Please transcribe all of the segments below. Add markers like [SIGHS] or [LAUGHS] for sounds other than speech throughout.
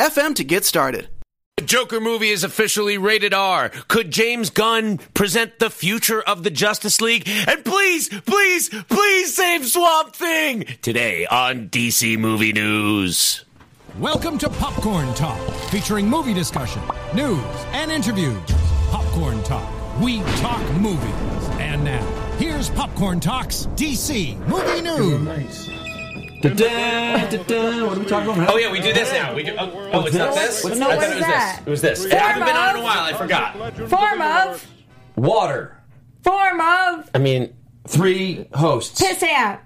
FM to get started. Joker movie is officially rated R. Could James Gunn present the future of the Justice League? And please, please, please save Swamp Thing today on DC Movie News. Welcome to Popcorn Talk, featuring movie discussion, news, and interviews. Popcorn Talk, we talk movies. And now, here's Popcorn Talk's DC Movie News. What are we talking about? Oh yeah, we do this now. We do. Oh, oh it's not this. No, I what thought is it was that? this. It was this. I haven't been on in a while. I forgot. Form of. Water. Form of. I mean, Three hosts. Piss out.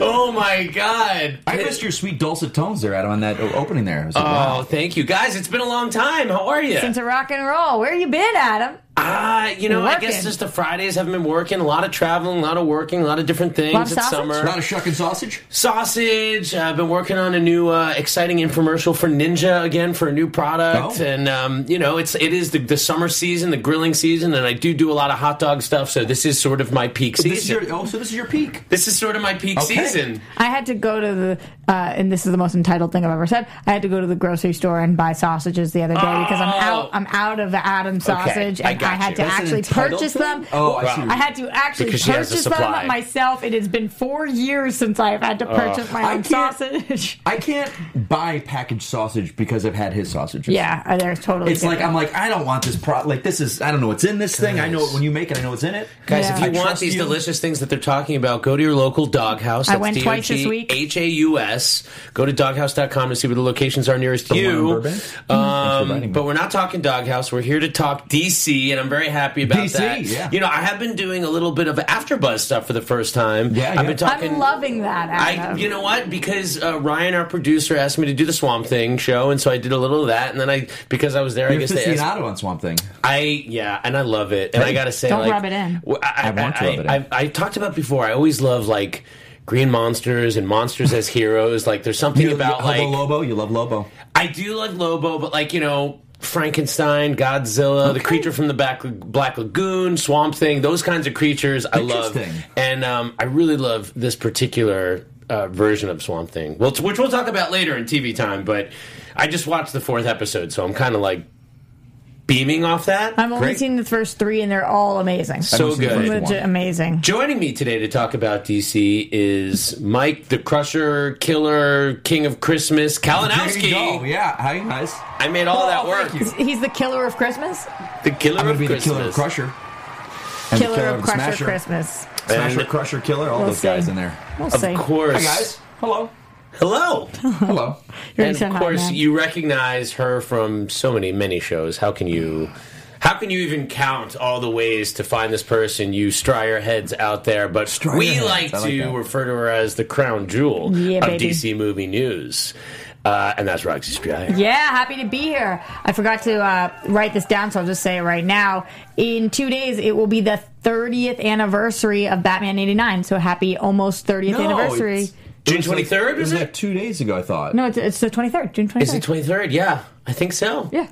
oh my god. I missed your sweet dulcet tones there, Adam, on that o- opening there. I was like, Oh, wow. thank you guys. It's been a long time. How are you? Since a rock and roll. Where you been, Adam? Ah, you know, I guess Working. just the Fridays haven't been working. A lot of traveling, a lot of working, a lot of different things. Lot of it's sausage? summer. Not a shuck and sausage? sausage. I've been working on a new uh, exciting infomercial for Ninja again for a new product, Oh. and um, you know it's it is the, the summer season, the grilling season, and I do do a lot of hot dog stuff. So this is sort of my peak season. This is your, oh, so this is your peak. This is sort of my peak Okay. season. I had to go to the, uh, and this is the most entitled thing I've ever said. I had to go to the grocery store and buy sausages the other day because I'm out. I'm out of the Adam sausage, I and got I had you. to That's an actually entitled purchase thing? them. Oh, I see. I had to actually Because she has a purchase supply. them myself. It has been four years since I have had to purchase my I own can't- sausage. [LAUGHS] I can't buy packaged sausage because I've had his sausages. yeah, uh, there's totally. It's like, I'm like, I don't want this product. Like, this is, I don't know what's in this thing. I know it when you make it, I know what's in it. Guys, Yeah. if you I want trust these you. delicious things that they're talking about, go to your local doghouse. I That's went twice this week. H-A-U-S. Go to doghouse.com to see where the locations are nearest you. in Burbank? Um, inviting me. but we're not talking doghouse. We're here to talk DC, and I'm very happy about DC, that. yeah. You know, I have been doing a little bit of AfterBuzz stuff for the first time. Yeah, I've yeah. been talking. I'm loving that. Adam. I, you know what? Because uh, Ryan, our producer, asked me to do the Swamp Thing show, and so I did a little of that. And then I, because I was there, I You're guess they asked. aficionado on Swamp Thing. I yeah, and I love it. And I gotta say, Don't like, rub it in. w- I, I want to I- rub it in. I- I talked about before. I always love like green monsters and monsters as heroes. Like there's something about love like Lobo. You love Lobo. I do love Lobo, but like you know. Frankenstein, Godzilla, the creature from the back, Black Lagoon, Swamp Thing, those kinds of creatures I love, Interesting. and um, I really love this particular uh, version of Swamp Thing, well, which we'll talk about later in TV time. But I just watched the fourth episode, so I'm kind of like beaming off that. I've only Great. seen the first three, and they're all amazing. so I've seen the good. first Legit one. amazing. Joining me today to talk about DC is Mike the Crusher, Killer, King of Christmas, There you go. Kalinowski. Yeah. Hi, guys. I made all that Oh, work. thank you. He's the killer of Christmas. The Killer I'm of going to be the Christmas. killer of Crusher. And the Killer, of Crusher Smasher. Christmas. Smasher, And- Crusher, Killer, all We'll those guys see. in there. We'll Of see. course. Hi, guys. Hello. Hello. Hello. [LAUGHS] You're and so of hot, course, man. you recognize her from so many, many shows. How can you. How can you even count all the ways to find this person? You stry your heads out there, but Stry we your like heads. to I like that. refer to her as the crown jewel Yeah, of baby. DC movie news, uh, and that's Roxy Stryer. Yeah, happy to be here. I forgot to uh, write this down, so I'll just say it right now. In two days, it will be the 30th anniversary of Batman 89. So happy almost 30th anniversary. it's- June it was like- 23rd, It was is like it? two days ago, I thought. no, it's, it's the 23rd, June 23rd. Is it 23rd? Yeah, I think so. yeah.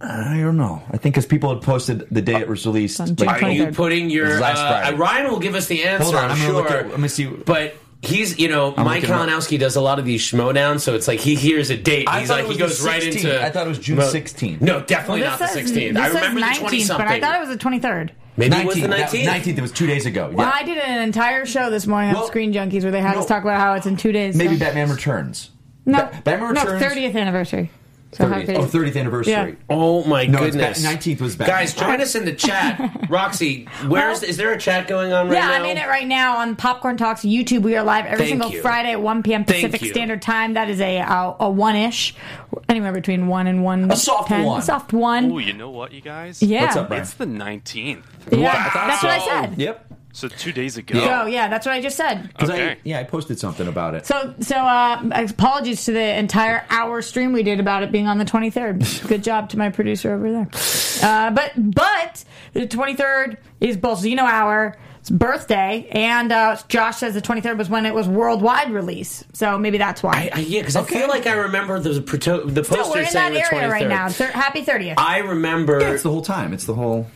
I don't know. I think because people had posted the day it was released. On June Are you 23rd. putting It your was last uh, Friday. Ryan will give us the answer? Hold on, I'm, I'm gonna sure. look at- let me see. But he's you know Mike looking up. Kalinowski does a lot of these schmoedowns, so it's like he hears a date. I he's thought like it he was goes the right 16th. into. I thought it was June Mo- 16th. No, definitely Well, not the this says- 16th. This I remember says the 20 something. but I thought it was the 23rd. maybe it was the 19th. 19th. That- 19th. It was two days ago. Well, yeah. I did an entire show this morning Well, on Screen Junkies where they had no. us talk about how it's in two days. Maybe so- Batman Returns. No, Ba- Batman no, Returns- 30th anniversary. So how 30th. could Oh, it- 30th anniversary. Yeah. Oh my No, it's goodness! Bat- 19th was Batman. Guys, join us in [LAUGHS] the chat. Roxy, where's Well- is there a chat going on right Yeah, now? I'm in it right now on Popcorn Talks YouTube. We are live every Thank single you. Friday at 1 p.m. Thank Pacific you. Standard Time. That is a uh, a one ish, anywhere between one and one. A soft one. A soft one. Oh, you know what, you guys? yeah. What's up, Brian? It's the 19th. Yeah, Wow. That's what I said. Yep. So two days ago. So yeah, that's what I just said. 'Cause I, Okay. yeah, I posted something about it. So so uh, apologies to the entire hour stream we did about it being on the [LAUGHS] 23rd. Good job to my producer over there. Uh, but but the 23rd is Bolzino hour. It's birthday, and uh, Josh says the 23rd was when it was worldwide release. So maybe that's why. I, I, yeah, because I feel like I remember the proto- the poster Still, we're in saying that the area 23rd. right now. Thir- happy 30th. I remember. It's the whole time. It's the whole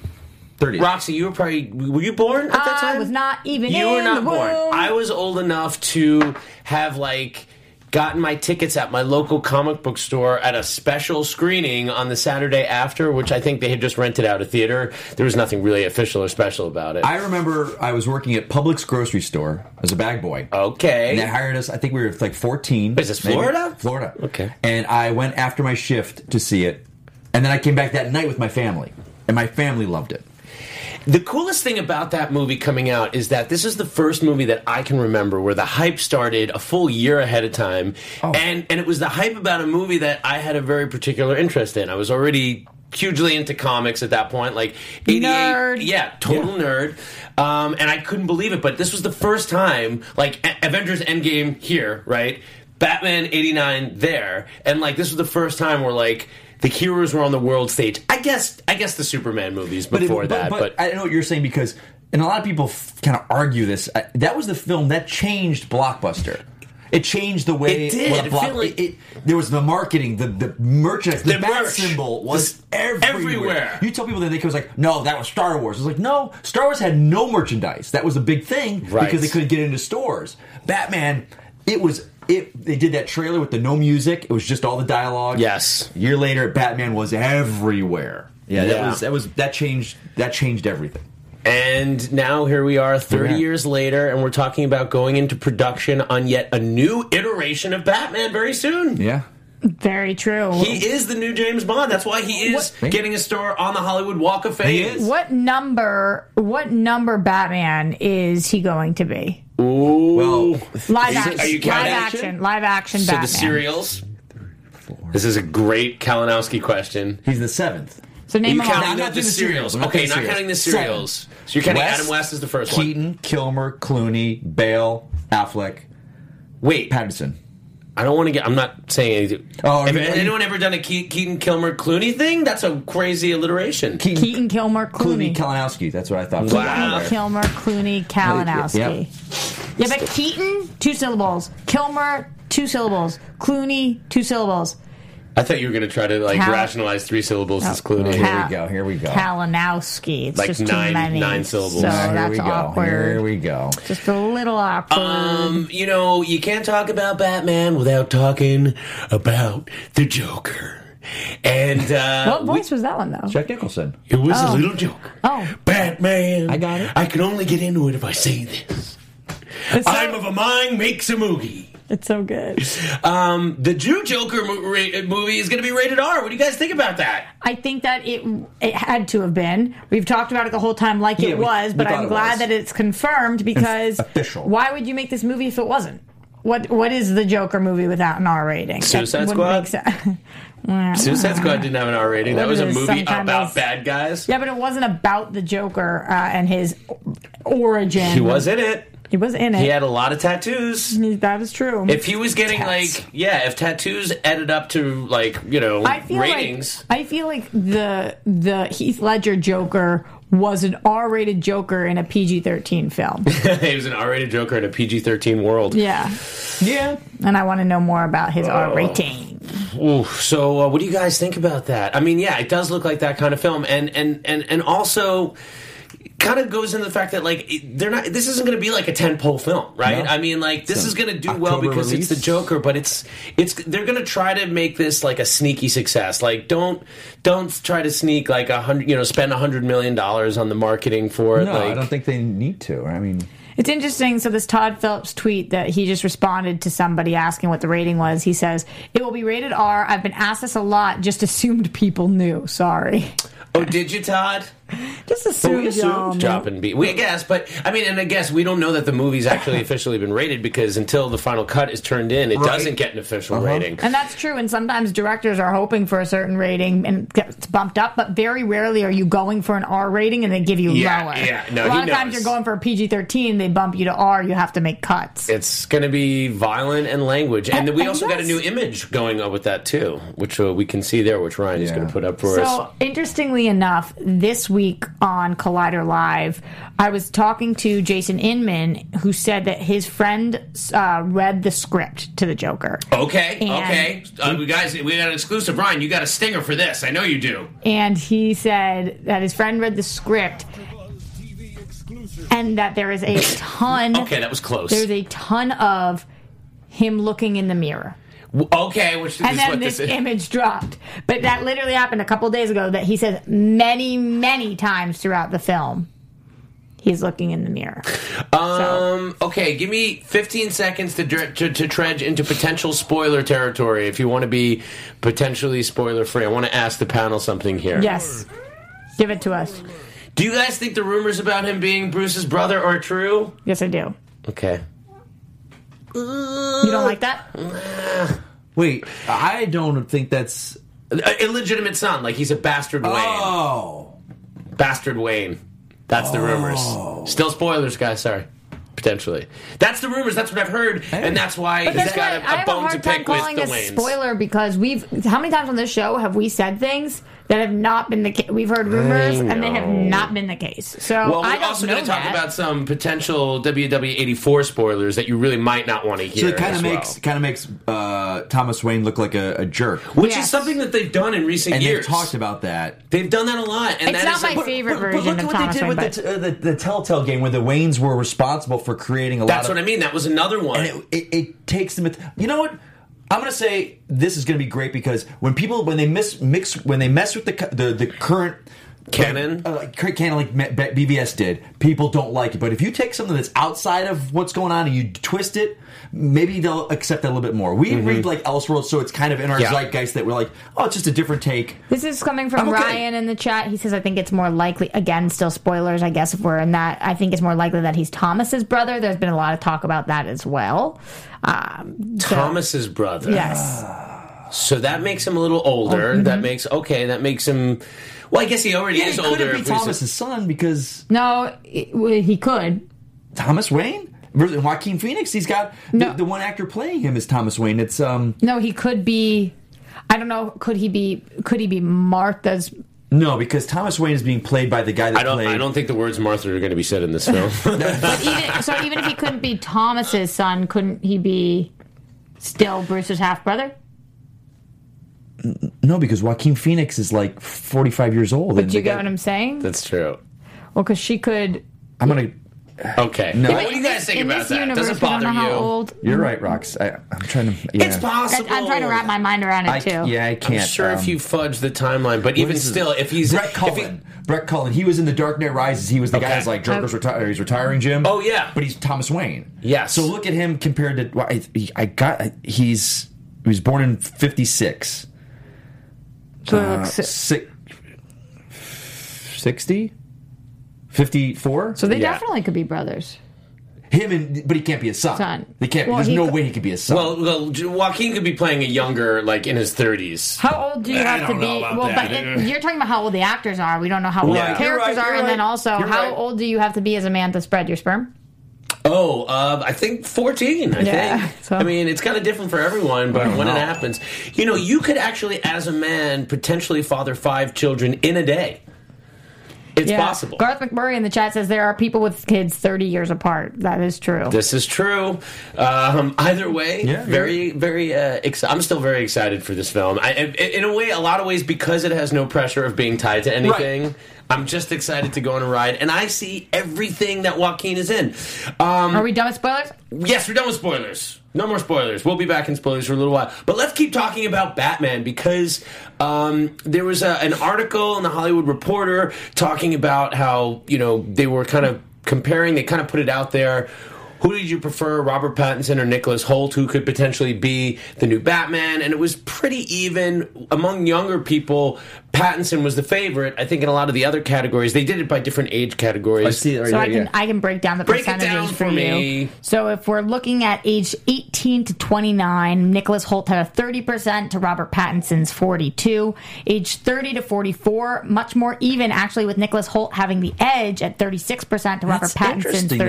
30th. Roxy, you were probably were you born at that I time? Ah, was not even You were in not the born. womb. I was old enough to have like gotten my tickets at my local comic book store at a special screening on the Saturday after, which I think they had just rented out a theater. There was nothing really official or special about it. I remember I was working at Publix grocery store as a bag boy. okay. And they hired us. I think we were like 14. Uh, Is this maybe. Florida? Florida. Okay. And I went after my shift to see it, and then I came back that night with my family, and my family loved it. The coolest thing about that movie coming out is that this is the first movie that I can remember where the hype started a full year ahead of time, and and it was the hype about a movie that I had a very particular interest in. I was already hugely into comics at that point, like 88, Nerd. yeah, total nerd, um, and I couldn't believe it. But this was the first time, like A- Avengers Endgame here, right? Batman '89 there, and like this was the first time where like. The heroes were on the world stage. I guess. I guess the Superman movies it- before that, but, I know what you're saying because, and a lot of people f- kind of argue this. I, that was the film that changed blockbuster. It changed the way It did. what a It block- felt like- it- it- there was the marketing, the the merchandise, the, The bat merch. symbol was This- everywhere. everywhere. You tell people that they was like, no, that was Star Wars. It's like, no, Star Wars had no merchandise. That was a big thing Right. because they couldn't get into stores. Batman, it was. It, they did that trailer with the no music. It was just all the dialogue. Yes. A year later, Batman was everywhere. Yeah, that Yeah. was that was that changed that changed everything. And now here we are 30 Yeah. years later, and we're talking about going into production on yet a new iteration of Batman very soon. Yeah. Very true. He is the new James Bond. That's why he is What- getting a star on the Hollywood Walk of Fame. He is. what number? What number Batman is he going to be? Well, Live you- action. are you live counting action? action? Live action. So Batman. the serials. This is a great Kalinowski question. he's the seventh. So name you them all. counting I'm not the, doing the serials? serials. I'm not okay, doing the not counting the serials. serials. So you're counting Adam West is the first one. Keaton, Kilmer, Clooney, Bale, Affleck, Wait, Pattinson. I don't want to get. I'm not saying anything. Oh, are Have you- are you- anyone ever done a Ke- Keaton Kilmer Clooney thing? That's a crazy alliteration. Keaton, Kilmer, Clooney. Clooney, Kalinowski. That's what I thought. Wow. There. Kilmer, Clooney, Kalinowski. Yeah, but Keaton, two syllables. Kilmer, two syllables. Clooney, two syllables. I thought you were going to try to like Cal- rationalize three syllables as Oh, Clooney. Ka- we go, here we go. Kalinowski. It's Like just nine- too many. nine syllables. So All Here that's we go. awkward. Here we go. Just a little awkward. Um, you know, you can't talk about Batman without talking about the Joker. And [LAUGHS] uh, what voice was that one though? Jack Nicholson. it was a little Joker. Oh. Batman. I got it. I can only get into it if I say this. It's so, I'm of a mind makes a moogie. it's so good. Um, the Jew Joker mo- ra- movie is going to be rated R. What do you guys think about that? I think that it it had to have been. We've talked about it the whole time, like Yeah, it we- was, we but thought I'm it glad was. that it's confirmed because official. Why would you make this movie if it wasn't? What What is the Joker movie without an R rating? That Suicide wouldn't Squad? make sen- Well, Suicide Squad didn't have an R rating. That What was a is movie some kind about of- bad guys. yeah, but it wasn't about the Joker uh, and his origin. He was in it. He was in it. He had a lot of tattoos. that is true. If he was getting Tats. like yeah, if tattoos added up to like you know I feel ratings, like I feel like the the Heath Ledger Joker was an R rated Joker in a PG thirteen film. he was an R-rated Joker in a PG-13 world. yeah. Yeah. and I want to know more about his Oh. R rating. Ooh, so uh, what do you guys think about that? I mean, yeah, it does look like that kind of film, and and and and also kind of goes into the fact that like it- they're not. This isn't going to be like a ten pole film, right? No. I mean, like this So, is going to do well October because release? it's the Joker, but it's it's they're going to try to make this like a sneaky success. Like don't don't try to sneak like a hundred, you know, spend a hundred million dollars on the marketing for it. No, like, I don't think they need to. I mean, It's interesting. So this Todd Phillips tweet that he just responded to somebody asking what the rating was. He says it will be rated R. I've been asked this a lot. Just assumed people knew. Sorry. Oh, did you, Todd? Just assumed. y'all knew. Drop and beat. We guess, but I mean, and I guess we don't know that the movie's actually officially been rated because until the final cut is turned in, it doesn't get an official rating. And that's true. And sometimes directors are hoping for a certain rating and it's bumped up, but very rarely are you going for an R rating and they give you Yeah, lower. yeah. No, he a lot of times knows. you're going for a PG 13, they bump you to R, you have to make cuts. It's going to be violent and language, and And- we and also got a yes. new image going on with that too, which uh, we can see there, which Ryan is Yeah. going to put up for us. So, interestingly enough, this week on Collider Live, I was talking to Jason Inman, who said that his friend uh, read the script to the Joker. Okay, And- okay, uh, we guys, we got an exclusive. Ryan, you got a stinger for this. I know you do. And he said that his friend read the script and that there is a ton. [LAUGHS] Okay, that was close. there's a ton of him looking in the mirror. W- okay, which And is then what this this, is. image dropped. But that literally happened a couple days ago that he says many, many times throughout the film. He's looking in the mirror. so, Um, okay, give me 15 seconds to, dr- to to trudge into potential spoiler territory if you want to be potentially spoiler free. I want to ask the panel something here. yes. Give it to us. Do you guys think the rumors about him being Bruce's brother are true? Yes, I do. Okay. You don't like that? Wait, I don't think that's. A- illegitimate son, like he's a bastard Wayne. Oh, Bastard Wayne. That's the rumors. Still spoilers, guys, sorry. Potentially. That's the rumors, that's what I've heard, and that's why But he's that's why got I a, a have a bone to hard time pick with calling the this Waynes. spoiler because we've how many times on this show have we said things that have not been the case? We've heard rumors and they have not been the case. So Well, I we're don't also know going to talk that. about some potential WWE '84 spoilers that you really might not want to hear. so it kind as of well. makes kind of makes uh, Thomas Wayne look like a, a jerk, which Yes. is something that they've done in recent and years. they've talked about that. They've done that a lot, and It's that not is my like- favorite version of look at Thomas Wayne, what they but did with the, t- uh, the, the Telltale game, where the Waynes were responsible for creating a lot. That's of, what I mean. That was another one. and it, it, it takes them. You know what? I'm gonna say this is gonna be great because when people when they miss mix when they mess with the cu- the, the current Canon? uh, like, current canon like Ma- B- BBS did, people don't like it. But if you take something that's outside of what's going on and you twist it, maybe they'll accept that a little bit more. We read like Elseworlds, so it's kind of in our Mm-hmm. Yeah. zeitgeist that we're like, oh, it's just a different take. This is coming from I'm okay. Ryan in the chat. He says, I think it's more likely, again, still spoilers, I guess, if we're in that. I think it's more likely that he's Thomas's brother. There's been a lot of talk about that as well. Um, so- Thomas's brother. Yes. So that makes him a little older. Oh, mm-hmm. That makes okay. That makes him. Well, I guess he already Yeah, is it older. couldn't be if he's- Thomas's son because No, it- well, he could. Thomas Wayne versus Joaquin Phoenix. He's got No. the, the one actor playing him is Thomas Wayne. It's um No, he could be. I don't know. Could he be? Could he be Martha's? No, because Thomas Wayne is being played by the guy that I don't. played. I don't think the words Martha are going to be said [LAUGHS] in this film. [LAUGHS] But even, so, even if he couldn't be Thomas's son, couldn't he be still Bruce's half brother? No, because Joaquin Phoenix is like forty-five years old. Do you get what I'm saying? Well, That's true. because she could. I'm gonna. Okay. what do you guys think in about this that? universe, Doesn't we don't know bother you? how old- You're right, Rox. I, I'm trying to. Yeah. It's possible. I'm trying to wrap my mind around it I, too. yeah, I can't. I'm sure um, if you fudge the timeline, but even is his- still, if he's Brett if he- Cullen, Brett Cullen, he was in The Dark Knight Rises. He was the Okay. guy who's like Joker's Um, reti- he's retiring, Jim. Oh, yeah. but he's Thomas Wayne. Yes. So look at him compared to. well, I, he- I got. I- He's he was born in '56. So it looks- Six, 60? 54? So they Yeah. definitely could be brothers. Him and but he can't be a son. Son. They can't. Well, there's he no cou- way he could be a son. Well, well, J- Joaquin could be playing a younger, like in his thirties. How old do you I have to don't be? know about Well, that. but it, you're talking about how old the actors are. We don't know how old Yeah. the You're characters right, are, you're and then right. also You're how right. old do you have to be as a man to spread your sperm? Oh, uh, I think fourteen. I Yeah, think. [LAUGHS] so- I mean, it's kind of different for everyone, but when it happens, you know, you could actually, as a man, potentially father five children in a day. It's possible. Garth McMurray in the chat says there are people with kids 30 years apart. That is true. this is true. Um, either way, Yeah, very, very. Uh, ex- I'm still very excited for this film. I, I- in a way, a lot of ways, because it has no pressure of being tied to anything. I'm just excited to go on a ride, and I see everything that Joaquin is in. are we done with spoilers? Yes, we're done with spoilers. No more spoilers. We'll be back in spoilers for a little while. But let's keep talking about Batman because um, there was a, an article in the Hollywood Reporter talking about how, you know, they were kind of comparing, they kind of put it out there. Who did you prefer, Robert Pattinson or Nicholas Holt, who could potentially be the new Batman? And it was pretty even among younger people. Pattinson was the favorite. I think in a lot of the other categories, they did it by different age categories. I see it right So I there, can yeah. I can break down the Break it percentages down for, for you. me. So if we're looking at age 18 to 29, Nicholas Holt had a 30% to Robert Pattinson's 42. Age 30 to 44, much more even actually with Nicholas Holt having the edge at 36% to Robert That's Pattinson's interesting that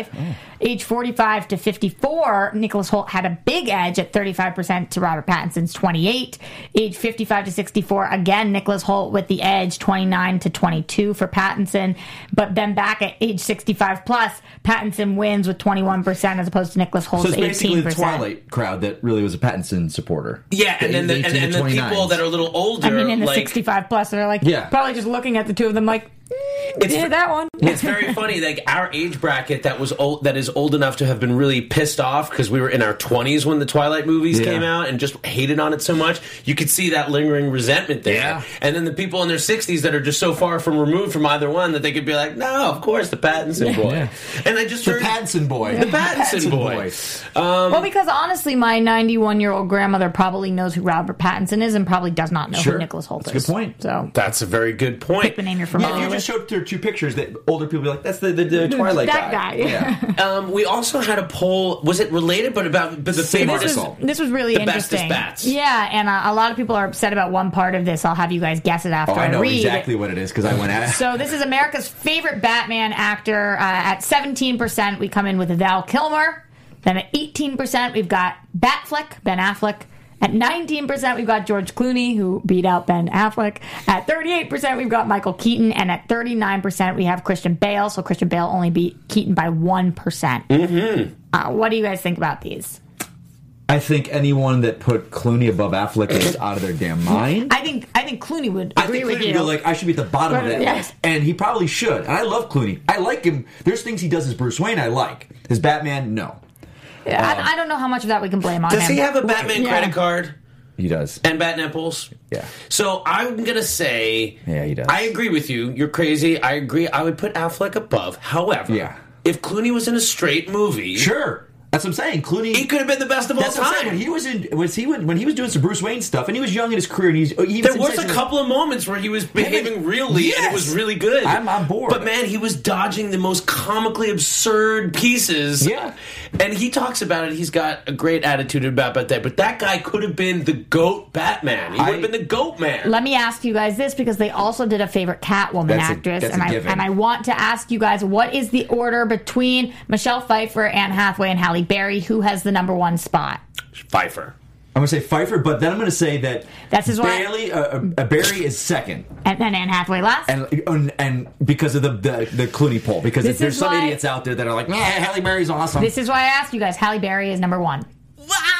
35. Age 45 to 54, Nicholas Holt had a big edge at 35% to Robert Pattinson's 28. Age 55 to 64, again, Nicholas Holt with the edge 29 to 22 for Pattinson. But then back at age 65 plus, Pattinson wins with 21% as opposed to Nicholas So Holt's it's basically 18%. the Twilight crowd that really was a Pattinson supporter. Yeah, and then the, and, 18 to and the 29s. people that are a little older, I mean, in the like 65 plus, they're like, Yeah. probably just looking at the two of them like, mm, It's yeah, fr- that one. it's very funny. Like our age bracket that was old, that is old enough to have been really pissed off because we were in our twenties when the Twilight movies Yeah. came out and just hated on it so much. You could see that lingering resentment there. Yeah. And then the people in their sixties that are just so far from removed from either one that they could be like, "No, of course the Pattinson boy." And I just The heard Pattinson boy. The Pattinson boy. Well, because honestly, my 91 year old grandmother probably knows who Robert Pattinson is and probably does not know who Sure. Nicholas Holt That's a is. good point. So, That's a very good point. pick the name you're Yeah, familiar if you with. just showed their two pictures that older people would be like, that's the, the, the Twilight Um, that guy. guy. [LAUGHS] Yeah. Um, we also had a poll. Was it related? But about but the Same favorite this article. was, this was really The bestest interesting. bats. Yeah, and uh, a lot of people are upset about one part of this. I'll have you guys guess it after oh, I know read. exactly what it is because I went at it. So this is America's favorite Batman actor. Uh, at 17%, we come in with Val Kilmer. Then at 18%, we've got Batfleck, Ben Affleck. At 19%, we've got George Clooney, who beat out Ben Affleck. At 38%, we've got Michael Keaton. And at 39%, we have Christian Bale. So Christian Bale only beat Keaton by 1%. Mm-hmm. Uh, what do you guys think about these? I think anyone that put Clooney above Affleck [COUGHS] is out of their damn mind. I think I think Clooney would I agree think with Clooney you. would go like, I should be at the bottom of Right, that yeah. list. And he probably should. And I love Clooney. I like him. There's things he does as Bruce Wayne I like. His Batman, no. I, I don't know how much of that we can blame on Does him. he have a Batman Yeah. credit card? He does. and bat nipples. Yeah. So I'm gonna say. Yeah, he does. I agree with you. You're crazy. I agree. I would put Affleck above. However, Yeah. if Clooney was in a straight movie, Sure. That's what I'm saying. Clooney. he could have been the best of That's all what I'm time. saying. When he was in, was he when, when he was doing some Bruce Wayne stuff, and he was young in his career, and he's he there was was a sensational. couple of moments where he was behaving really, and Yes! it was really good. I'm on board. But man, he was dodging the most comically absurd pieces. Yeah. and he talks about it. He's got a great attitude about that. But that guy could have been the goat Batman. He would I- have been the goat man. Let me ask you guys this because they also did a favorite Catwoman That's a- actress, that's a and I given. and I want to ask you guys what is the order between Michelle Pfeiffer, Anne Hathaway, and Halle Berry? Who has the number one spot? Pfeiffer. I'm gonna say Pfeiffer, but then I'm gonna say that That's his wife. Bailey, uh, uh, Barry is second, And then Anne Hathaway last. and and, and because of the, the the Clooney poll, because This if there's is some why- idiots out there that are like, nah, Halle Berry's awesome. this is why I asked you guys. Halle Berry is number one.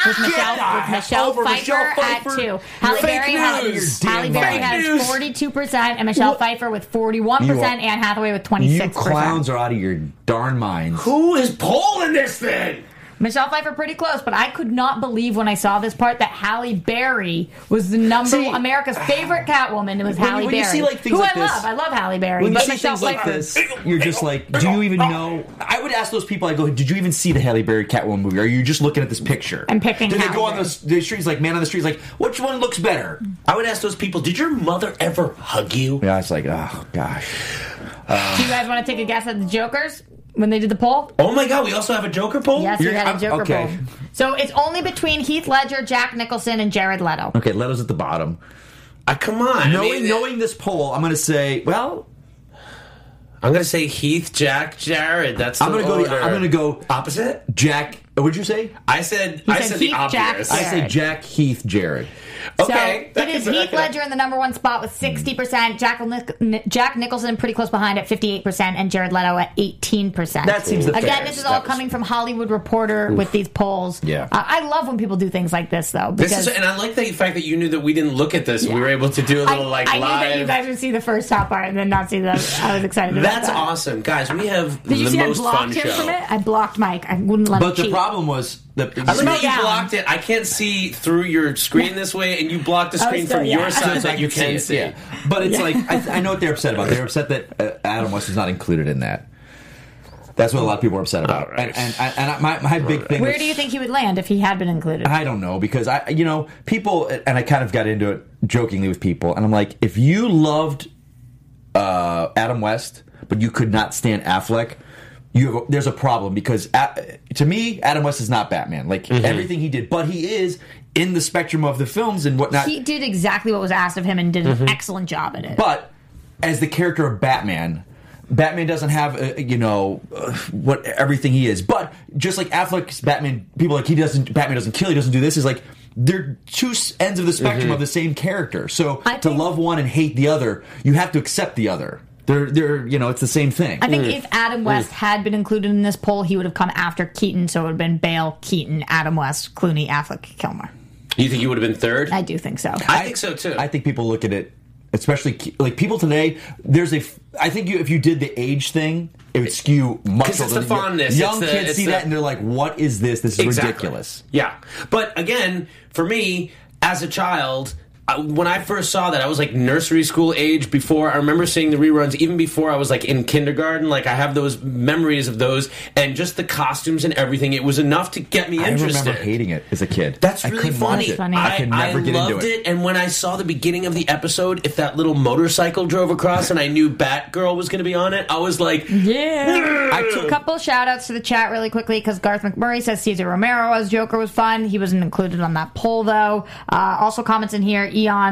With Michelle, with Michelle, over Pfeiffer Michelle at Pfeiffer. two. Halle Fake Berry, news. has, You're Halle damn Berry right. has Fake news. 42%, and Michelle Pfeiffer with 41%, You are- Anne Hathaway with 26%. you clowns are out of your darn minds. Who is polling this thing? Michelle Pfeiffer pretty close, but I could not believe when I saw this part that Halle Berry was the number See, [SIGHS] America's favorite Catwoman. It was when you- Halle when Berry, you see, like, things who like I this- love. I love Halle Berry, When you but see Michelle things like Pfeiffer. this, you're just like, do you even know? I would ask those people. I go, did you even see the Halle Berry Catwoman movie? Or are you just looking at this picture And picking Did they Halle go on Berry. those the streets like man on the streets like which one looks better? I would ask those people, did your mother ever hug you? Yeah, it's like oh gosh. Do you guys want to take a guess at the Joker's when they did the poll? Oh my god, we also have a Joker poll? Yes, we You're- had a I'm- Joker okay. poll. So it's only between Heath Ledger, Jack Nicholson, and Jared Leto. Okay, Leto's at the bottom. Uh, come on. I Knowing mean, knowing this poll, I'm gonna say Oh. well. I'm gonna say Heath, Jack, Jared. That's the I'm gonna go. order. The, I'm gonna go opposite. Jack. What'd you say? I said I said said, the Heath, obvious. Jack, I say Jared. Jack Heath Jared. okay. So that it is could- that Heath could- Ledger in the number one spot with 60%, Jack, Nic- Jack Nicholson pretty close behind at 58%, and Jared Leto at 18%. That seems the Again, fairest. this is all That was- coming from Hollywood Reporter with these polls. Yeah. Uh, I love when people do things like this, though. This Because is, and I like the fact that you knew that we didn't look at this. We were able to do a I, little like I knew live. that you guys would see the first top part and then not see the. I was excited about That's that. awesome, guys. We have Did you the see I most fun blocked him show. from it? I blocked Mike. I wouldn't let him But the cheat. problem was that I like how you down. blocked it. I can't see through your screen this way, and you blocked the screen still- from Oh, yeah. your side [LAUGHS] So I that you can it, see. yeah. But it's like I, I know what they're upset about. They're upset that uh, Adam West is not included in that. That's what a lot of people are upset about. All right. And and, and I, my, my big thing. Where with- do you think he would land if he had been included? [LAUGHS] I don't know because I, you know, people, and I kind of got into it jokingly with people, and I'm like, if you loved uh, Adam West, but you could not stand Affleck, you have a, there's a problem because a, to me, Adam West is not Batman. Like everything he did, but he is in the spectrum of the films and whatnot. he did exactly what was asked of him and did Mm-hmm. an excellent job at it. But as the character of Batman, Batman doesn't have uh, you know uh, what everything he is. But just like Affleck's Batman, people are like he doesn't Batman doesn't kill, he doesn't do this. Is like they're two s- ends of the spectrum Mm-hmm. of the same character. So I to think- love one and hate the other, you have to accept the other. They're they're you know it's the same thing. I think if Adam West Mm. had been included in this poll, he would have come after Keaton, so it would have been Bale, Keaton, Adam West, Clooney, Affleck, Kilmer. You think you would have been third? I do think so. I think so too. I think people look at it, especially ke- like people today. There's a, f- I think you, if you did the age thing, it would skew much. 'Cause it's older. the fondness, Young it's the- kids it's see the- that and they're like, "What is this? This is Exactly. ridiculous." Yeah. But again, for me, as a child, I, when I first saw that, I was like nursery school age before. I remember seeing the reruns even before I was like in kindergarten. Like, I have those memories of those and just the costumes and everything. It was enough to get me I interested. remember hating it as a kid. That's I really couldn't watch funny. it. Funny. I, could never get loved into it. And when I saw the beginning of the episode, if that little motorcycle drove across and I knew Batgirl was going to be on it, I was like, Yeah. I took A couple shout outs to the chat really quickly because Garth McMurray says Cesar Romero as Joker was fun. He wasn't included on that poll though. Uh, also comments in here,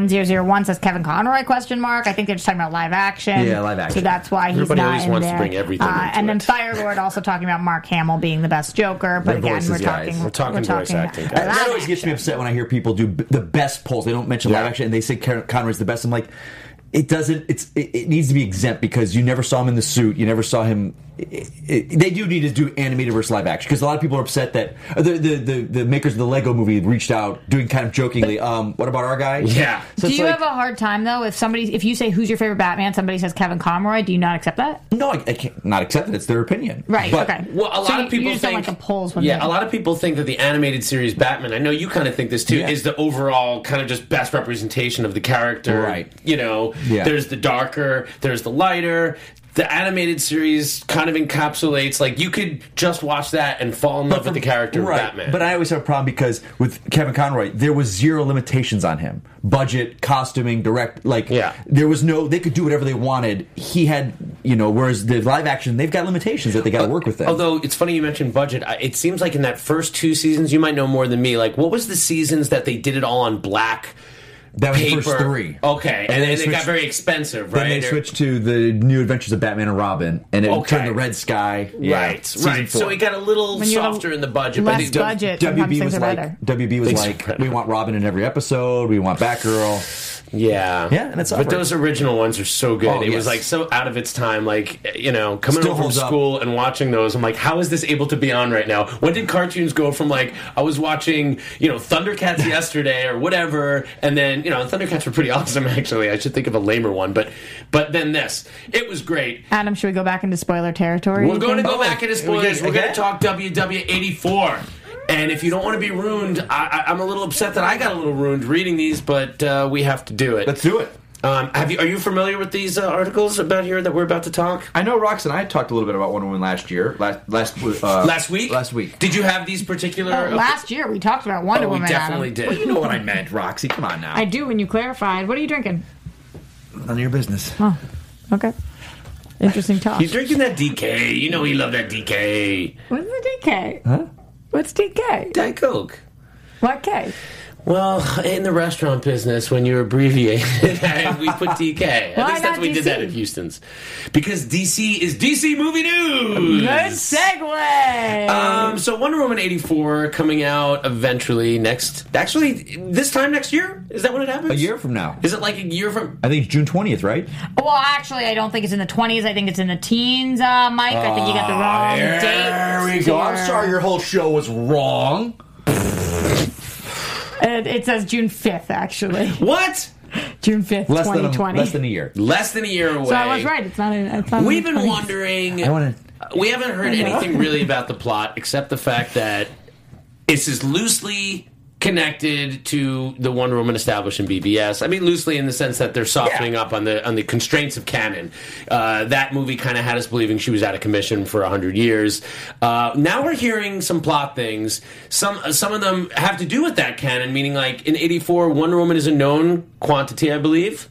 Eon001 says Kevin Conroy question mark. I think they're just talking about live action. Yeah, live So action. that's why he's Everybody not always in wants to there. bring everything Uh, into and then it. Firelord also talking about Mark Hamill being the best Joker. But Their again, voices, we're guys. talking, We're talking voice acting, guys. live that always gets action. me upset when I hear people do b- the best polls. They don't mention live Yeah. action, and they say Car- Conroy's the best. I'm like, it doesn't. It's it, it needs to be exempt because you never saw him in the suit. You never saw him. it- it- they do need to do animated versus live action because a lot of people are upset that uh, the, the the the makers of the Lego Movie reached out doing kind of jokingly. Um, what about our guy? Yeah. do So it's you like, have a hard time though if somebody if you say who's your favorite Batman, somebody says Kevin Conroy, do you not accept that? no? I, I can't not accept it. It's their opinion. Right. But okay. Well, a So lot you- of people you just think don't like the polls when yeah, they- a lot of people think that the animated series Batman. I know you kind of think this too. Yeah. Is the overall kind of just best representation of the character? Right. You know, Yeah. there's the darker, there's the lighter. The animated series kind of encapsulates like you could just watch that and fall in love with the character Right, of Batman. But I always have a problem because with Kevin Conroy, there was zero limitations on him. Budget, costuming, direct like Yeah. there was no they could do whatever they wanted. He had you know, whereas the live action, they've got limitations that they gotta work with them. Although it's funny you mentioned budget, I- it seems like in that first two seasons, you might know more than me. Like, what was the seasons that they did it all on black? that was paper. the first three. Okay, and, they then it got switched- very expensive, right? Then they Or- switched to the new adventures of Batman and Robin and it Okay. turned to Red Sky. Yeah, right, season right. So four. it got a little When you're the softer in the budget, but less it, budget- sometimes WB things was are like better. WB was Things are like better. we want Robin in every episode, we want Batgirl. yeah, Yeah, and it's but awkward. those original ones are so good. Oh, it yes. was like so out of its time. Like you know, coming Still home from holds up. school and watching those, I'm like, how is this able to be on right now? When did cartoons go from like I was watching you know [LAUGHS] Thundercats yesterday or whatever, and then you know Thundercats were pretty [LAUGHS] awesome actually. I should think of a lamer one, but but then this, it was great. Adam, should we go back into spoiler territory? We're you going to think? go back into spoilers. we We're get- going to talk WW84. And if you don't want to be ruined, I, I, I'm a little upset that I got a little ruined reading these, but uh, we have to do it. Let's do it. Um, have you? Are you familiar with these uh, articles about here that we're about to talk? I know Rox and I talked a little bit about Wonder Woman last year. Last last uh, Last week. Last week. Did you have these particular? Oh, last year we talked about Wonder Oh, we Woman. definitely Adam. did. Well, you know what I meant, Roxy. Come on now. I do when you clarified. What are you drinking? None of your business. Okay. Interesting talk. He's drinking that DK. You know he loved that DK. What's the DK? Huh? What's DK? Diet Coke. What K? Well, in the restaurant business, when you're abbreviated, [LAUGHS] we put DK. Why At least that's not what we DC? did that at Houston's, because DC is DC movie news. Good segue. Um, so Wonder Woman 84 coming out eventually next. Actually, this time next year? Is that when it happens? A year from now. Is it like a year from. I think it's June twentieth, right? well, actually, I don't think it's in the 20s. I think it's in the teens, uh, Mike. I think you got the Ah, wrong date. I'm sorry, your whole show was wrong. It, it says June 5th, actually. What? June 5th, Less than a, 2020. less than a year. Less than a year away. so I was right. It's not in. It's not in We've the been 20s. wondering. I wanna- We haven't heard anything really about the plot except the fact that this is loosely connected to the Wonder Woman established in BBS. I mean, loosely in the sense that they're softening up on the on the constraints of canon. Uh, that movie kind of had us believing she was out of commission for hundred years. Uh, now we're hearing some plot things. Some uh, some of them have to do with that canon, meaning like in '84, Wonder Woman is a known quantity, I believe.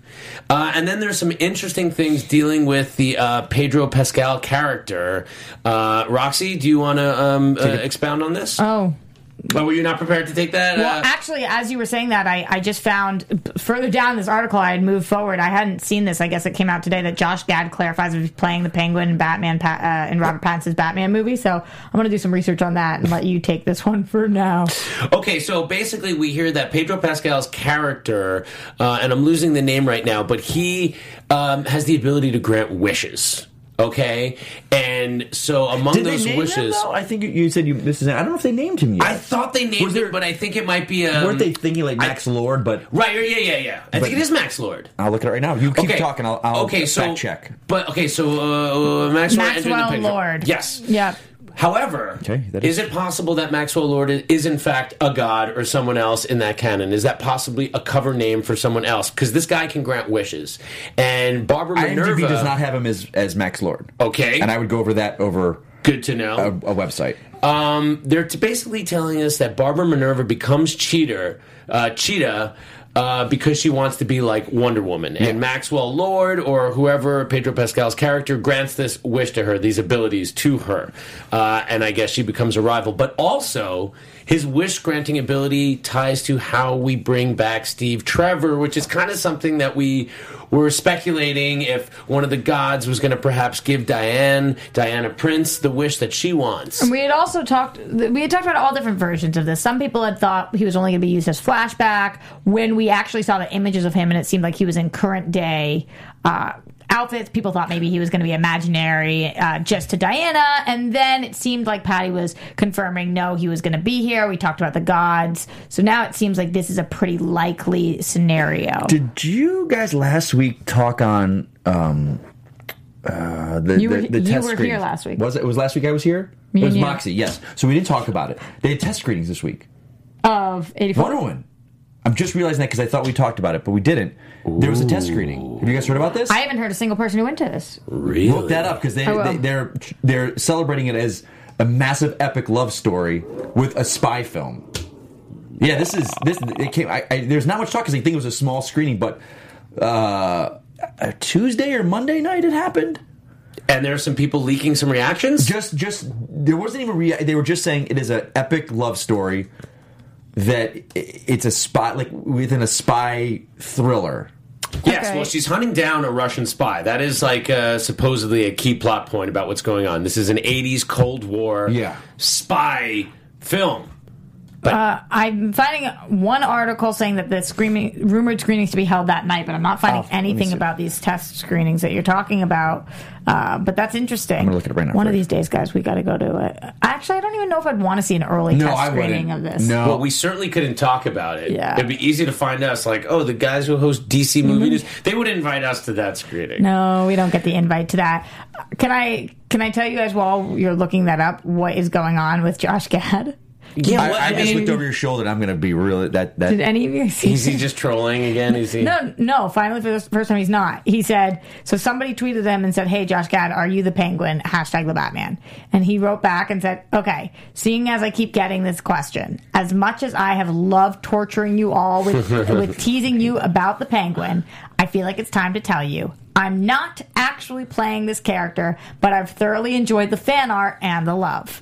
Uh, and then there's some interesting things dealing with the uh, Pedro Pascal character. Uh, Roxy, do you want to um, uh, expound on this? Oh. But were you not prepared to take that? Well, uh, actually, as you were saying that, I, I just found further down this article I had moved forward. I hadn't seen this. I guess it came out today that Josh Gad clarifies if he's playing the Penguin in Batman Pa- uh, in Robert Pattinson's Batman movie. So I'm going to do some research on that and let you take this one for now. okay, so basically, we hear that Pedro Pascal's character, uh, and I'm losing the name right now, but he um, has the ability to grant wishes. Okay, and so among Did those they name him, wishes, though? I think you, you said you. This is. I don't know if they named him yet. I um, thought they named Was there- him, but I think it might be a. Weren't they thinking like Max Lord? But Right, yeah, yeah, yeah. I think it is Max Lord. I'll look at it right now. You keep talking. I'll, I'll okay, fact so, check. But okay, so uh, Maxwell, entered the Maxwell picture. Lord. Yes. Yep. However, Okay, that is is- it possible that Maxwell Lord is in fact a god or someone else in that canon? Is that possibly a cover name for someone else? Because this guy can grant wishes, and Barbara Minerva IMDb does not have him as as Max Lord. Okay. and I would go over that over Good to know. a, a website. Um, they're t- basically telling us that Barbara Minerva becomes cheater, uh, Cheetah. Uh, because she wants to be like Wonder Woman, and Maxwell Lord or whoever Pedro Pascal's character grants this wish to her, these abilities to her, uh, and I guess she becomes a rival. But also, his wish granting ability ties to how we bring back Steve Trevor, which is kind of something that we were speculating if one of the gods was going to perhaps give Diane Diana Prince the wish that she wants. We had also talked. We had talked about all different versions of this. Some people had thought he was only going to be used as flashback. When we actually saw the images of him, and it seemed like he was in current day uh, outfits, people thought maybe he was going to be imaginary uh, just to Diana. And then it seemed like Patty was confirming, no, he was going to be here. We talked about the gods, so now it seems like this is a pretty likely scenario. Did you guys last week talk on um, uh, the, You were- the, the you test were here screenings? last week. Was it? Was last week I was here? Me it was and you. Moxie. Yes. So we didn't talk about it. They had test screenings this week. of eighty Wonder four. Woman. I'm just realizing that because I thought we talked about it, but we didn't. There was a test screening. Have you guys heard about this? I haven't heard a single person who went to this. Really? Look that up because they, I will. they they're they're celebrating it as a massive epic love story with a spy film. Yeah, this is this. It came. I, I, there's not much talk because I think it was a small screening, but uh, a Tuesday or Monday night it happened. And there are some people leaking some reactions. Just just there wasn't even. Rea- they were just saying it is an epic love story that i- it's a spy like within a spy thriller. yes, Okay. well, she's hunting down a Russian spy. That is like uh, supposedly a key plot point about what's going on. This is an '80s Cold War Yeah. spy film. I'm finding one article saying that the screening, rumored screenings to be held that night, but I'm not finding Oh, let me anything see. about these test screenings that you're talking about. Uh, but that's interesting. I'm gonna look it up right now One for of you. these days, guys, we got to go to it. Actually, I don't even know if I'd want to see an early No, test I screening wouldn't. of this. No. Well, we certainly couldn't talk about it. Oh. Yeah. Mm-hmm. It'd be easy to find us, like, oh, the guys who host DC Movie News, they would invite us to that screening. No, we don't get the invite to that. Can I? Can I tell you guys while you're looking that up what is going on with Josh Gad? Yeah, I, well, I, I just mean- looked over your shoulder. and I'm going to be really that that Did any of you guys see Is he just trolling again? Is he? [LAUGHS] No, no. Finally, for the first time, he's not. He said so. Somebody tweeted him and said, "Hey, Josh Gad, are you the Penguin?" Hashtag the Batman. And he wrote back and said, "Okay, seeing as I keep getting this question, as much as I have loved torturing you all with with teasing you about the Penguin, I feel like it's time to tell you." I'm not actually playing this character, but I've thoroughly enjoyed the fan art and the love.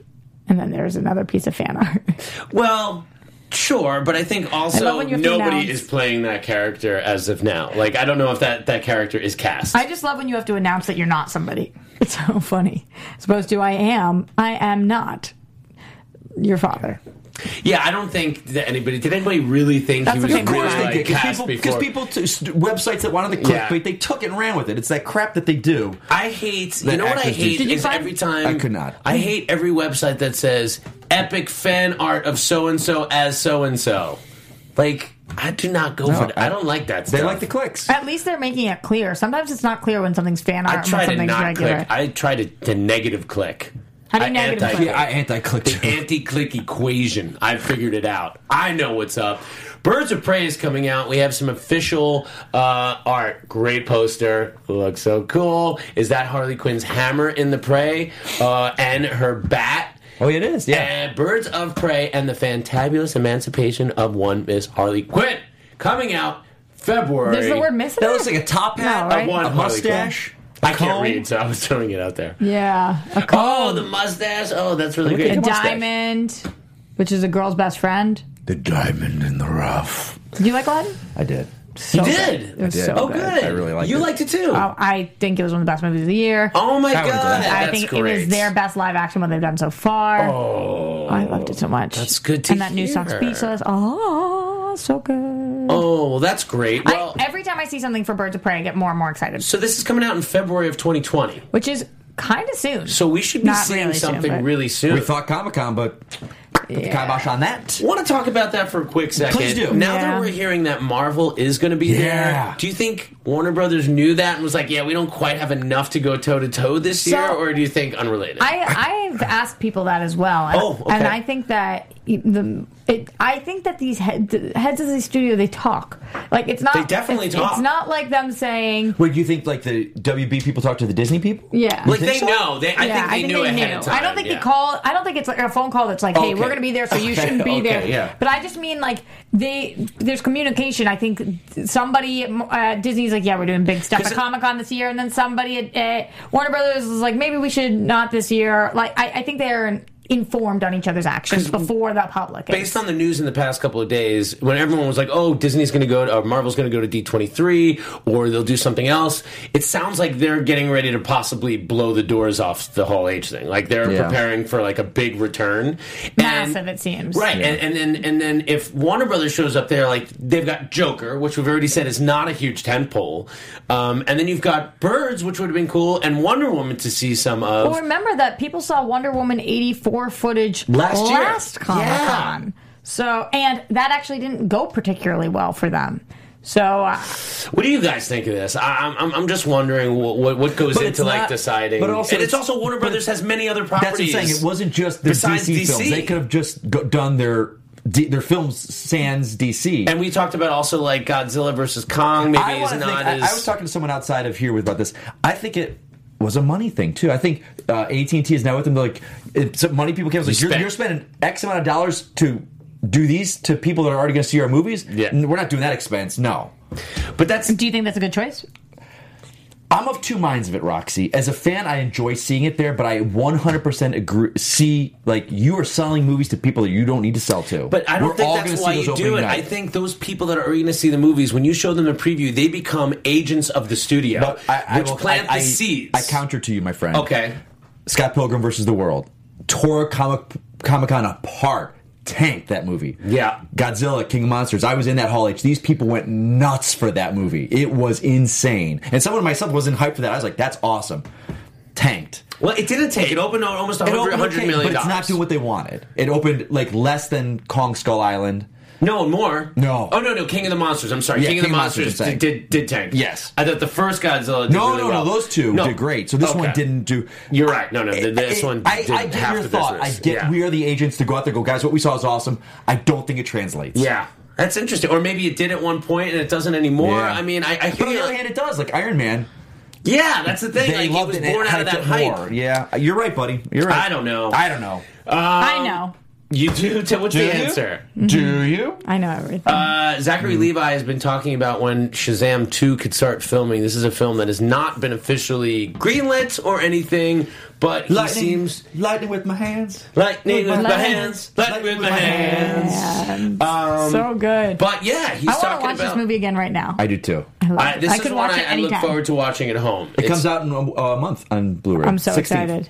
And then there's another piece of fan art. [LAUGHS] Well, sure, but I think I love also when you have to nobody announce. is playing that character as of now. Like, I don't know if that, that character is cast. I just love when you have to announce that you're not somebody. [LAUGHS] It's so funny. As opposed to I am, I am not your father. yeah, I don't think that anybody did. Anybody really think That's he was okay, Of really course they like, did, cast because people, 'cause people before? t- st- websites that wanted the Yeah. clickbait, they took it and ran with it. It's that crap that they do. I hate. You That know what I actors do- hate Did you is find- every time I could not. I hate every website that says epic fan art of so and so as so and so. Like I do not go for. that. I, I- don't like that. They stuff. like the clicks. At least they're making it clear. Sometimes it's not clear when something's fan art I and try when to something's not regular. click. I try to, to negative click. How do you I negative anti- play? Yeah, I anti-clicked. anti-click equation. I figured it out. I know what's up. Birds of Prey is coming out. We have some official uh, art. Great poster. Looks so cool. Is that Harley Quinn's hammer in the prey uh, and her bat? Oh, it is. Yeah. And Birds of Prey and the Fantabulous Emancipation of One Miss Harley Quinn coming out February. There's the word missing. That looks like a top hat, No, a- right? One a Harley mustache. I can't comb. read, so I was throwing it out there. Yeah. A, co- Oh, the mustache. Oh, that's really a great. diamond, which is a girl's best friend. The diamond in the rough. Did you like Aladdin? I did. So You good. did. It was I did. so Oh, good. good. I really liked You it. liked it too. Oh, I think it was one of the best movies of the year. Oh my That god, one's great. I that's think great. it was their best live action one they've done so far. Oh, I loved it so much. that's good to And that new song hear. "Speechless," oh, so good. Oh, well, that's great. Well, I, every time I see something for Birds of Prey, I get more and more excited, so this is coming out in February of 2020. which is kind of soon. So we should be Not seeing really soon, something but- really soon. We thought Comic Con, but put the kibosh on that. Want to talk about that for a quick second? Please do. Now Yeah. that we're hearing that Marvel is going to be Yeah. there, do you think Warner Brothers knew that and was like, "Yeah, we don't quite have enough to go toe to toe this So- year," or do you think unrelated? I I've asked people that as well. And, Oh, okay. and I think that the it, I think that these head, the heads of the studio they talk like it's not They definitely it's, talk. It's not like them saying Would you think like the WB people talk to the Disney people? yeah. like think they so? know. Oh, They, I think they knew ahead of time. I don't think yeah. they call. I don't think it's like a phone call that's like, "Hey, Okay. we're going to be there, so [LAUGHS] you shouldn't be okay, there." yeah. But I just mean like they there's communication. I think somebody at Mo- uh, Disney's like, "Yeah, we're doing big stuff 'Cause at it- Comic Con this year," and then somebody at, at Warner Brothers is like, "Maybe we should not this year." Like I, I think they're informed on each other's actions before the public. is. based on the news in the past couple of days, when everyone was like, "Oh, Disney's going to go, to, or Marvel's going to go to D23, or they'll do something else," it sounds like they're getting ready to possibly blow the doors off the whole age thing. Like they're Yeah. preparing for like a big return, And- Massive, it seems. Right, and, and then and then if Warner Brothers shows up there, like they've got Joker, which we've already said is not a huge tentpole, um, and then you've got Birds, which would have been cool, and Wonder Woman to see some of. Well, remember that people saw Wonder Woman 84 footage Last year. last Comic Con. So, and that actually didn't go particularly well for them. So, uh, What do you guys think of this? I, I'm- I'm, I'm just wondering what, what, what goes But it's into like not- deciding. but also and it's it's- also Warner but Brothers has many other That's what I'm properties. saying. It wasn't just the Besides DC, films. DC. They could have just go- done their D- their films sans DC. And we talked about also like Godzilla versus Kong. Maybe I, is wanna not think, I- as. I was talking to someone outside of here with about this. I think it was a money thing too. I think uh, AT and T is now with them. They're like, it's, money people came. I was like, you're, Respect. you're spending X amount of dollars to do these to people that are already going to see our movies. Yeah. N- we're not doing that expense. No. but that's do you think that's a good choice? Um, I'm of two minds of it, Roxy. As a fan, I enjoy seeing it there, but I 100% agree. See, like you are selling movies to people that you don't need to sell to. But I don't We're all think gonna that's see why those you do opening it. night. I think those people that are going to see the movies, when you show them the preview, they become agents of the studio, But I, I which will- plant I- I- the seeds. I counter to you, my friend. Okay. Scott Pilgrim versus the World tore comic Comic Con apart. Tanked that movie. Yeah. Godzilla, King of Monsters. I was in that hall H. These people went nuts for that movie. It was insane. And someone myself wasn't hyped for that. I was like, that's awesome. Tanked. Well, it didn't take. It opened on almost 100, It opened okay, 100 million but it's not dollars. doing what they wanted. It opened like less than Kong Skull Island. No, more. No. Oh no, no. King of the Monsters. I'm sorry. Yeah, King of the Monsters, I'm did, saying. did did tank. Yes. I thought the first Godzilla. Did No, really no, well. no. Those two No. did great. So this one Okay. didn't do. You're right. No, no. th- this I- one. I, did I get half your the thought. Business. I get Yeah. we are the agents to go out there. and Go, guys. What we saw is awesome. I don't think it translates. Yeah. That's interesting. Or maybe it did at one point and it doesn't anymore. Yeah. I mean, I, I But on the hear. other hand, it does. Like Iron Man, yeah, that's the thing. they like, loved it it. was born and out of hyped that it hype. more. Yeah, you're right, buddy. You're right. I don't know. I don't know. I know. You do. [LAUGHS] Tell what's Do the you? Mm. answer? Mm-hmm. Do you? I know everything. Uh, Zachary Levi has been talking about when Shazam 2 could start filming. This is a film that has not been officially greenlit or anything, but he lightning seems. lightning with my hands. Lightning with my my hands. Lightning with my hands. And so good. But yeah, he's I want talking to Um, watch about. this movie again right now. I do too. love I, it. this I is could one watch I, it I look anytime. forward to watching at home. It comes out in a, a month on Blu-ray. I'm so 16th. excited.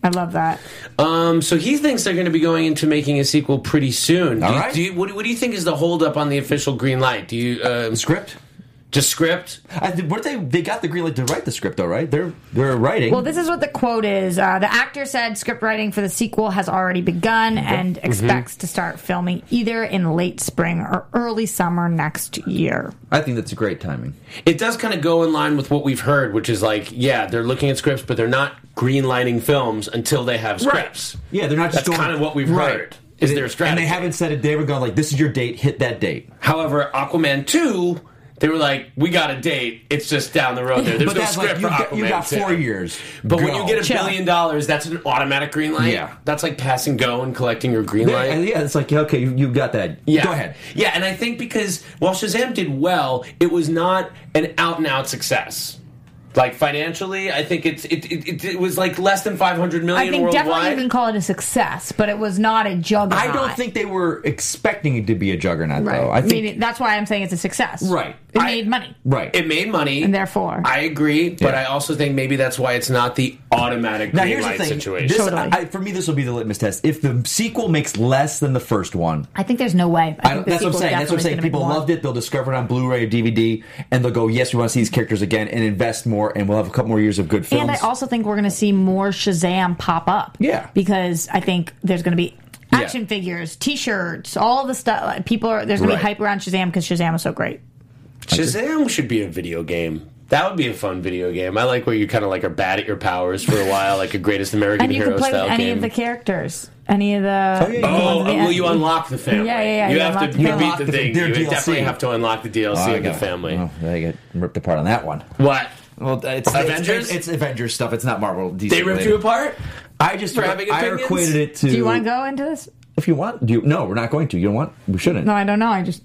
I love that. Um, so he thinks they're going to be going into making a sequel pretty soon. Do All you- right. do you- what, what do you think is the holdup on the official green light? Do you? Um, Script. Just script. I, th- what they they got the green light to write the script though, right? They're they're writing. Well, this is what the quote is. Uh, the actor said script writing for the sequel has already begun Mm-hmm. and expects to start filming either in late spring or early summer next year. I think that's great timing. It does kind of go in line with what we've heard, which is like, yeah, they're looking at scripts, but they're not greenlighting films until they have scripts. Yeah, they're not just That's going- kind of what we've Right. heard. Is their strategy? And they haven't said a day. We're going like, this is your date. Hit that date. However, Aquaman two, they were like, "We got a date. It's just down [LAUGHS] the road there. There's but no that's script like you for got, Aquaman." you got 2. four years. But when Go. you get a Chill. billion dollars, that's an automatic green light. Yeah. that's like pass and go and collecting your green yeah, light. uh, yeah, it's like okay, you, you got that. Yeah. Go ahead. Yeah, and I think because while Shazam did well, it was not an out and out success. Like financially, I think it's it it, it, it was like less than five hundred million I think worldwide. definitely you can call it a success, but it was not a juggernaut. I don't think they were expecting it to be a juggernaut Right. though. I think Meaning- that's why I'm saying it's a success. Right. It I- made money. right. it made money, And therefore- I agree. But Yeah. I also think maybe that's why it's not the automatic now green here's the light thing. situation. This, Totally. I, for me, this will be the litmus test. If the sequel makes less than the first one, I think there's no way. I I think the don't, that's what I'm sequel's saying. That's what I'm definitely saying. gonna make People more. loved it. They'll discover it on Blu-ray or DVD, and they'll go, "Yes, we want to see these characters again," and invest more, and we'll have a couple more years of good films. And I also think we're going to see more Shazam pop up. Yeah. Because I think there's going to be Yeah. action figures, T-shirts, all the stuff. Like, people are there's going to Right. be hype around Shazam because Shazam is so great. Shazam should be a video game. That would be a fun video game. I like where you kind of like are bad at your powers for a while, like a Greatest American and you Hero can play with style any game. of the characters, any of the. Oh, yeah, you the can. ones Oh, at the will end. you unlock the family? Yeah, yeah, yeah, You, you have unlock to the you family. beat the thing. They're You DLC. definitely have to unlock the DLC Oh, I of the got- family. Oh, I get ripped apart on that one. What? Well, it's Avengers? It's, it's Avengers stuff. It's not Marvel. DC They ripped related. you apart? I just for having I opinions? equated it to. Do you want to go into this? If you want, do you? No, we're not going to. You don't want. We shouldn't. No, No, I don't know. I just.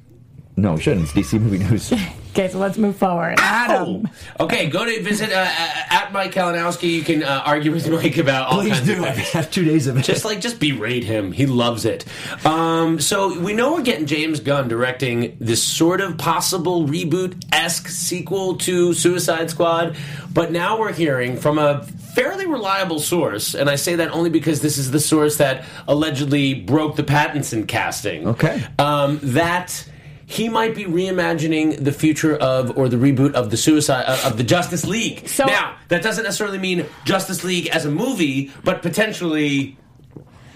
we shouldn't. It's DC movie news. [LAUGHS] Okay, so let's move forward. Um, Adam. Oh. Okay, go to visit uh, uh, at Mike Kalinowski. You can uh, argue with Mike about all Please kinds do. of I things. [LAUGHS] have two days of it. Just like just berate him. He loves it. Um, so we know we're getting James Gunn directing this sort of possible reboot esque sequel to Suicide Squad, but now we're hearing from a fairly reliable source, and I say that only because this is the source that allegedly broke the Pattinson casting. Okay. um, that. He might be reimagining the future of, or the reboot of the Suicide uh, of the Justice League. So- now, that doesn't necessarily mean Justice League as a movie, but potentially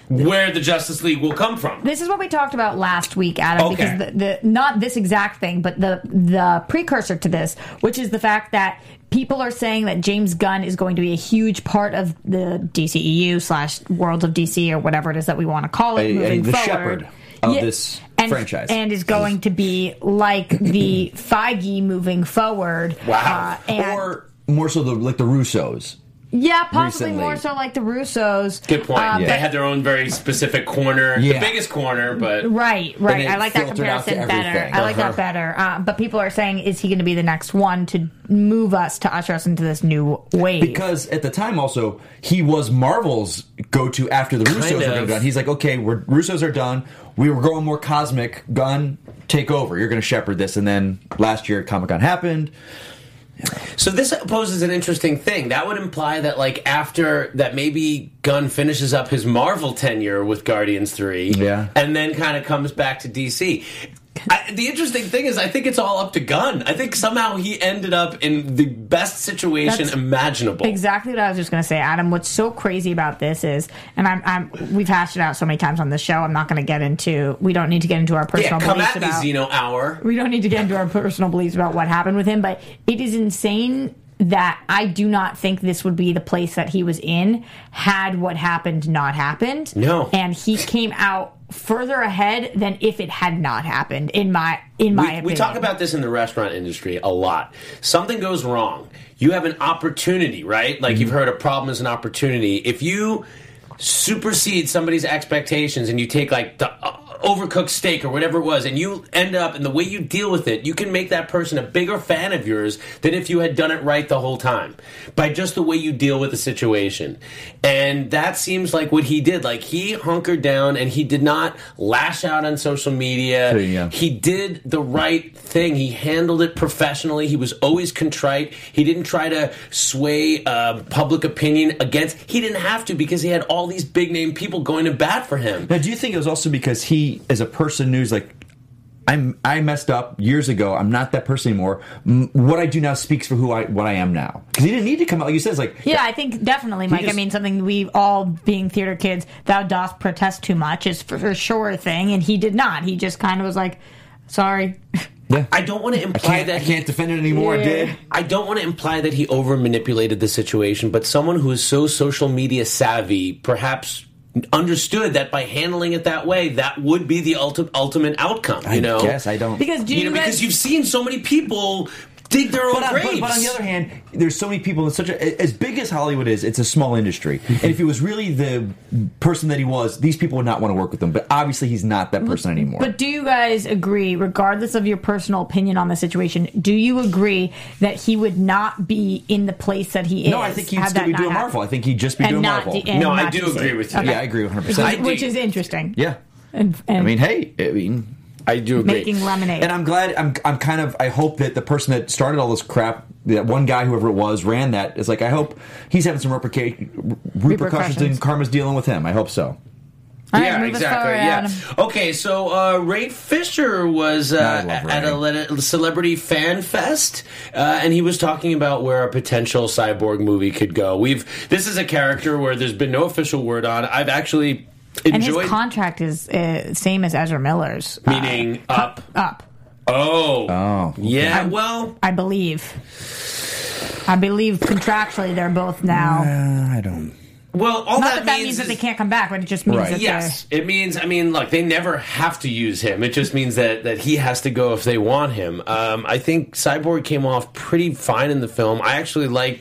where the Justice League will come from. This is what we talked about last week, Adam, Okay. because the, the not this exact thing, but the the precursor to this, which is the fact that people are saying that James Gunn is going to be a huge part of the DCEU slash Worlds of DC or whatever it is that we want to call it A- a- moving the forward. shepherd of this franchise. and is going to be like [LAUGHS] the Feige moving forward. Wow. uh, and- or more so the like the Russos. yeah, possibly recently. more so like the Russos. Good point. Uh, They but- had their own very specific corner, Yeah. the biggest corner, but Right, right. it I like that filtered out to comparison better. everything. Uh-huh. I like that better. Uh, but people are saying, is he going to be the next one to move us to usher us into this new wave? Because at the time, also he was Marvel's go-to after the Russos were of. gonna be done. He's like, okay, we're Russos are done. We were going more cosmic. Gun, take over. You're going to shepherd this. And then last year, Comic Con happened. So this poses an interesting thing. That would imply that like after that maybe Gunn finishes up his Marvel tenure with Guardians 3 Yeah. and then kind of comes back to DC. I, the interesting thing is I think it's all up to Gunn. I think somehow he ended up in the best situation That's imaginable. Exactly what I was just going to say, Adam. What's so crazy about this is, and I'm, I'm, we've hashed it out so many times on the show. I'm not going to get into. We don't need to get into our Yeah, personal come beliefs at me, about. Xeno Hour. we don't need to get into our personal beliefs about what happened with him, but it is insane that I do not think this would be the place that he was in had what happened not happened. No. And he came out further ahead than if it had not happened in my in my we, opinion. we talk about this in the restaurant industry a lot. Something goes wrong. You have an opportunity, right? Mm-hmm. Like you've heard a problem is an opportunity. If you supersede somebody's expectations and you take like the uh, overcooked steak or whatever it was and you end up and the way you deal with it, you can make that person a bigger fan of yours than if you had done it right the whole time by just the way you deal with the situation. And that seems like what he did. Like he hunkered down and he did not lash out on social media. Yeah. He did the right thing. He handled it professionally. He was always contrite. He didn't try to sway uh, public opinion against. He didn't have to because he had all these big name people going to bat for him. Now, do you think it was also because he, as a person, knew he's like, I'm I messed up years ago. I'm not that person anymore. M- What I do now speaks for who I what I am now. Because he didn't need to come out. Like you said, it's like Yeah, I think definitely, Mike. I just- mean, something we all being theater kids, thou dost protest too much is for, for sure a thing, and he did not. He just kind of was like, "Sorry." I don't want to I imply can't, that I can't defend it anymore. I did. I don't want to imply that he over manipulated the situation, but someone who is so social media savvy perhaps understood that by handling it that way, that would be the ulti- ultimate outcome. You know, I guess I don't. Because do you you, know, guys, because you've seen so many people dig their own But on, but- graves. but on the other hand, there's so many people in such a as big as Hollywood is, it's a small industry. and if he was really the person that he was, these people would not want to work with him. But obviously, he's not that person anymore. But do you guys agree, regardless of your personal opinion on the situation, do you agree that he would not be in the place that he is? no, I think he'd had still that be not doing happened? Marvel. I think he'd just be And doing not Marvel. the- and No, I not do DC. agree with you. Yeah, I agree 100%. Which, I which do. is interesting. yeah, And, and I mean, hey, I mean, I do agree. making lemonade. and I'm glad. I'm I'm kind of. I hope that the person that started all this crap, that one guy, whoever it was, ran that. Is like I hope he's having some replica- repercussions Repercussions. and karma's dealing with him. I hope so. All right, yeah, move us exactly. forward, Yeah. Adam. Okay, so uh, Ray Fisher was uh, I love Ray. at a le- celebrity fan fest, uh, and he was talking about where a potential cyborg movie could go. We've this is a character where there's been no official word on. I've actually And his enjoyed contract is uh, same as Ezra Miller's. uh, meaning up. up, Oh, Oh, yeah. Well, I believe. I believe contractually they're both now. I don't. well, all Not that, that that means, means that is- they can't come back, but it just means Right. that Yes, it means. I mean, look, they never have to use him. It just means that that he has to go if they want him. Um, I think Cyborg came off pretty fine in the film. I actually like.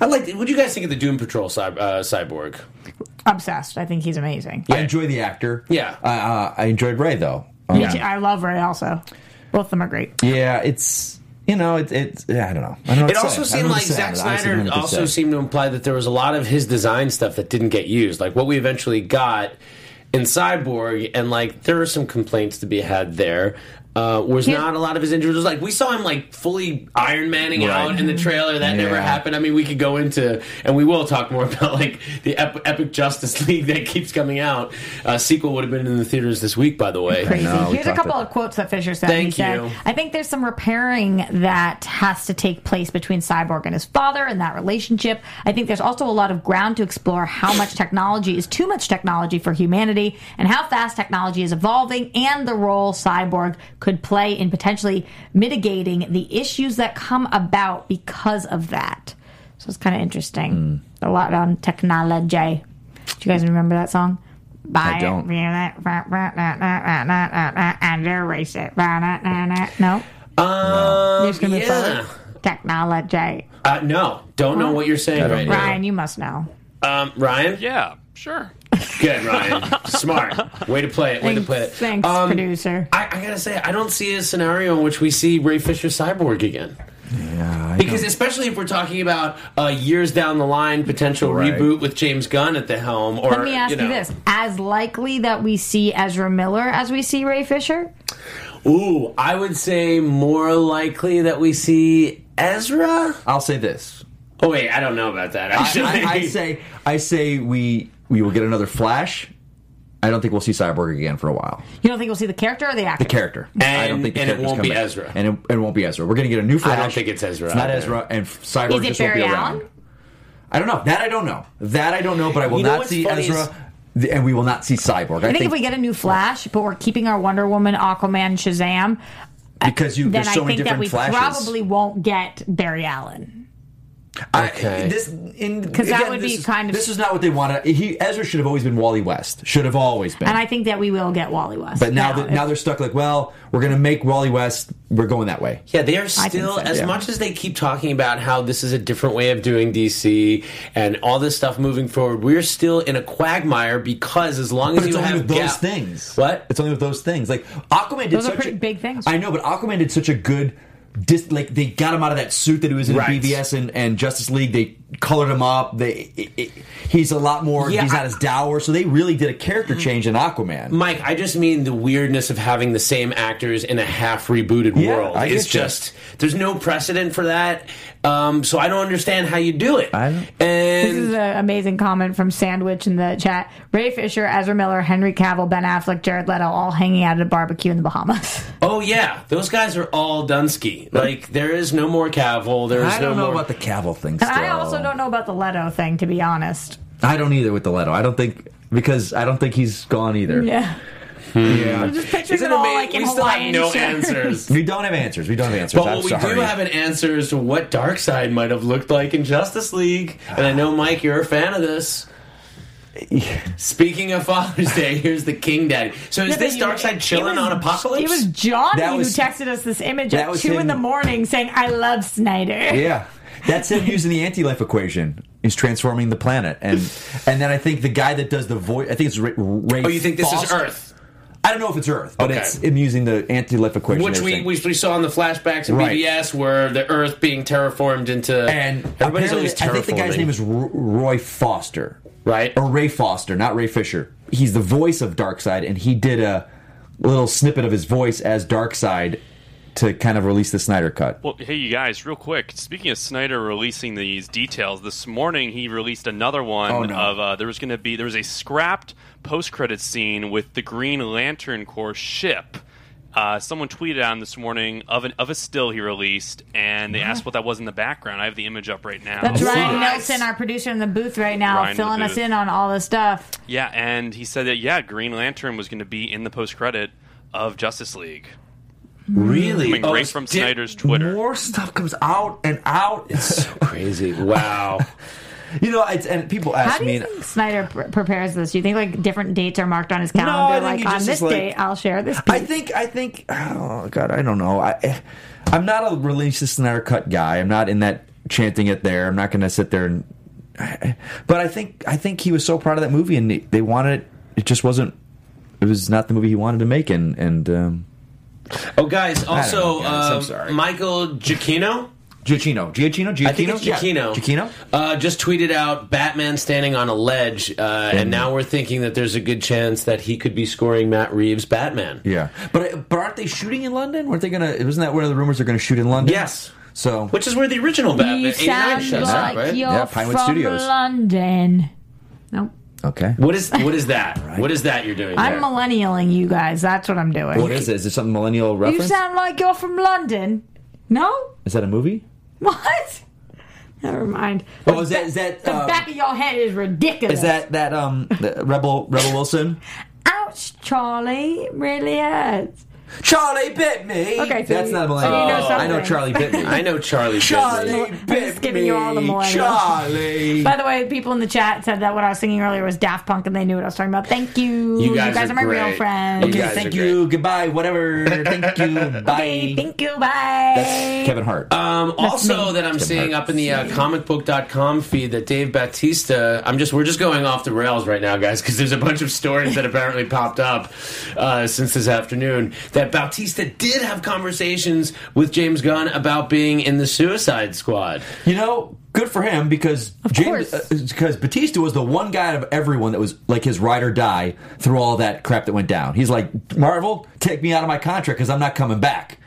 I like. What do you guys think of the Doom Patrol cy- uh, Cyborg? they're obsessed. I think he's amazing. I enjoy the actor. Yeah. Uh, uh, I enjoyed Ray though. Um, Me too. I love Ray also. Both of them are great. yeah, it's you know it's it's yeah, I don't know. I don't know. what It to also say. I seemed don't know like what to say. Zack I honestly don't Snyder know what to also say. seemed to imply that there was a lot of his design stuff that didn't get used, like what we eventually got in Cyborg, and like there were some complaints to be had there. Uh, was Yeah. not a lot of his individuals like we saw him like fully Iron Manning out in the trailer that never Yeah. happened. I mean, we could go into and we will talk more [LAUGHS] about like the ep- epic Justice [LAUGHS] League that keeps coming out. Uh, sequel would have been in the theaters this week, by the way. Crazy. know, we Here's a talked couple about of quotes that Fisher said. Thank he said, you. I think there's some repairing that has to take place between Cyborg and his father and that relationship. I think there's also a lot of ground to explore how much technology is too much technology for humanity and how fast technology is evolving and the role Cyborg could play in potentially mitigating the issues that come about because of that. So it's kind of interesting. Hmm. A lot on technology. Do you guys remember that song? Buy I don't. it, and erase it. No, Um, there's gonna be yeah. further technology. Uh, no, don't know what you're saying right now. Ryan, you must know. Um, Ryan, Yeah, sure. Good, Ryan. Smart. Way to play it. Way to play it. Thanks, Um, producer. I, I gotta say, I don't see a scenario in which we see Ray Fisher cyborg again. Yeah, I Because especially if we're talking about uh, years down the line, potential Right. reboot with James Gunn at the helm. Or Let me ask you, you, know, this: as likely that we see Ezra Miller as we see Ray Fisher? Ooh, I would say more likely that we see Ezra. I'll say this. Oh wait, I don't know about that. I, Actually, I, I say I say we we will get another Flash. I don't think we'll see Cyborg again for a while. You don't think we'll see the character or the actor? The character, I don't And- think, the and it character's won't come be back. Ezra. and it, it won't be Ezra. We're going to get a new Flash. think it's Ezra It's not either. Ezra, and Cyborg Is it just won't Barry be around. Allen? I don't know. That I don't know. That I don't know. But I will You know not what's see funny is- Ezra, th- and we will not see Cyborg. I, I think if we get a new Flash, but we're keeping our Wonder Woman, Aquaman, Shazam, because you then there's so I many think that different we flashes. probably won't get Barry Allen. I- Okay. this because 'Cause that would be kind of- This is not what they wanted. He Ezra should have always been Wally West. Should have always been. And I think that we will get Wally West. But now, that, now they're stuck. Like, well, we're going to make Wally West. We're going that way. Yeah, they are still so, as yeah. much as they keep talking about how this is a different way of doing DC and all this stuff moving forward. We're still in a quagmire because as long But as it's you only have with those gap- things. what It's only with those things. Like Aquaman did Those are such pretty a, big things. I know, but Aquaman did such a good dis- like they got him out of that suit that he was in Right. in BVS and, and Justice League. They colored him up. They it, it, he's a lot more. Yeah, he's I- not as dour. So they really did a Mm-hmm. character change in Aquaman. Mike, I just mean the weirdness of having the same actors in a half rebooted Yeah, world. I get it's you. just there's no precedent for that. Um, so I don't understand how you do it. I don't- This is and an amazing comment from Sandwich in the chat. Ray Fisher, Ezra Miller, Henry Cavill, Ben Affleck, Jared Leto, all hanging out at a barbecue in the Bahamas. oh yeah, those guys are all Dunsky. Like there is no more Cavill. There is I don't no know more. about the Cavill thing. [LAUGHS] And I also don't know about the Leto thing, to be honest. I don't either with the Leto. I don't think because I don't think he's gone either. Yeah. Yeah. Just [LAUGHS] pictures it Isn't it all amazing? like in we still Hawaii. have [LAUGHS] no answers. We don't have answers. We don't have answers. But I'm what we sorry. do have an answer is to what Darkseid might have looked like in Justice League. And I know, Ah. Mike, you're a fan of this. Speaking of [LAUGHS] Father's Day, here's the King Daddy. So is this Darkseid chilling on Apocalypse? It was Johnny That was- who texted us this image that at was 2 in him. the morning saying, I love Snyder. Yeah. That's him using the anti-life equation. He's transforming the planet, and and then I think the guy that does the voice, I think it's Ray. Ray oh, you think this is Foster. Earth, I don't know if it's Earth, but Okay. it's him using the anti-life equation, which and we, everything. which we saw in the flashbacks in Right. BBS, where the Earth being terraformed into and everybody's apparently- always terraforming. I think the guy's name is Ro- Roy Foster, Right. Or Ray Foster, not Ray Fisher. He's the voice of Darkseid, and he did a little snippet of his voice as Darkseid to kind of release the Snyder cut. Well, hey, you guys, real quick. Speaking of Snyder releasing these details, this morning he released another one Oh, no. of uh, there was going to be there was a scrapped post credit scene with the Green Lantern Corps ship. Uh, someone tweeted on this morning of an of a still he released, and they asked what that was in the background. I have the image up right now. That's I've seen Ryan it. Nelson, our producer in the booth right now, Ryan in the filling us booth. in on all this stuff. Yeah, and he said that yeah, Green Lantern was going to be in the post credit of Justice League, really coming Oh, right it's from di- Snyder's Twitter. More stuff comes out and out. [LAUGHS] It's [LAUGHS] so, [LAUGHS] Crazy! Wow. you know, it's, and people ask How do me. you and- think Snyder pr- prepares this? Do you think like different dates are marked on his No, I calendar? think like he on just this is like- date, I'll share this. I piece. think I think oh god I don't know I I'm not a releases and our cut guy I'm not in that chanting it there I'm not going to sit there and but I think I think he was so proud of that movie and they wanted it just wasn't it was not the movie he wanted to make and and um, oh, guys. know, Also, guys, I'm uh, sorry. Michael Giacchino. Giacchino Giacchino Giacchino I think it's Yeah. Giacchino. Giacchino Uh, just tweeted out Batman standing on a ledge, uh, and now we're thinking that there's a good chance that he could be scoring Matt Reeves' Batman. yeah but but aren't they shooting in London weren't they gonna wasn't that one of the rumors they're gonna shoot in London Yes. so Which is where the original Batman you 89 sound shows like up, right? you're Yeah, from Pinewood Studios. London. Nope. okay What is what is that? What is that you're doing? I'm there? millennialing you guys. That's what I'm doing. what is it is it something millennial You reference sound like you're from London. No? [LAUGHS] is that a movie What? Never mind. Oh, is that- is that, the um, back of your head is ridiculous? is that that um the Rebel Rebel Wilson. ouch, Charlie? It Really hurts. Charlie bit me. Okay, so that's you- not a millennial. so you know I know something. Charlie [LAUGHS] bit me. I know Charlie. Charlie Finley. bit just giving me. you all the millennials. Charlie. By the way, people in the chat said that what I was singing earlier was Daft Punk, and they knew what I was talking about. Thank you. You guys are my real great. friends. You okay, guys thank are you. Goodbye. Whatever. Thank you. Bye. [LAUGHS] Okay, thank you. Bye. That's Kevin Hart. Um, also, me. that I'm seeing up in the uh, comicbook.com feed that Dave Batista. I'm just we're just going off the rails right now, guys, because there's a bunch of stories that apparently popped up uh, since this afternoon that Batista did have conversations with James Gunn about being in the Suicide Squad. you know, good for him because course. James uh, because Batista was the one guy out of everyone that was like his ride or die through all that crap that went down. He's like Marvel, take me out of my contract because I'm not coming back.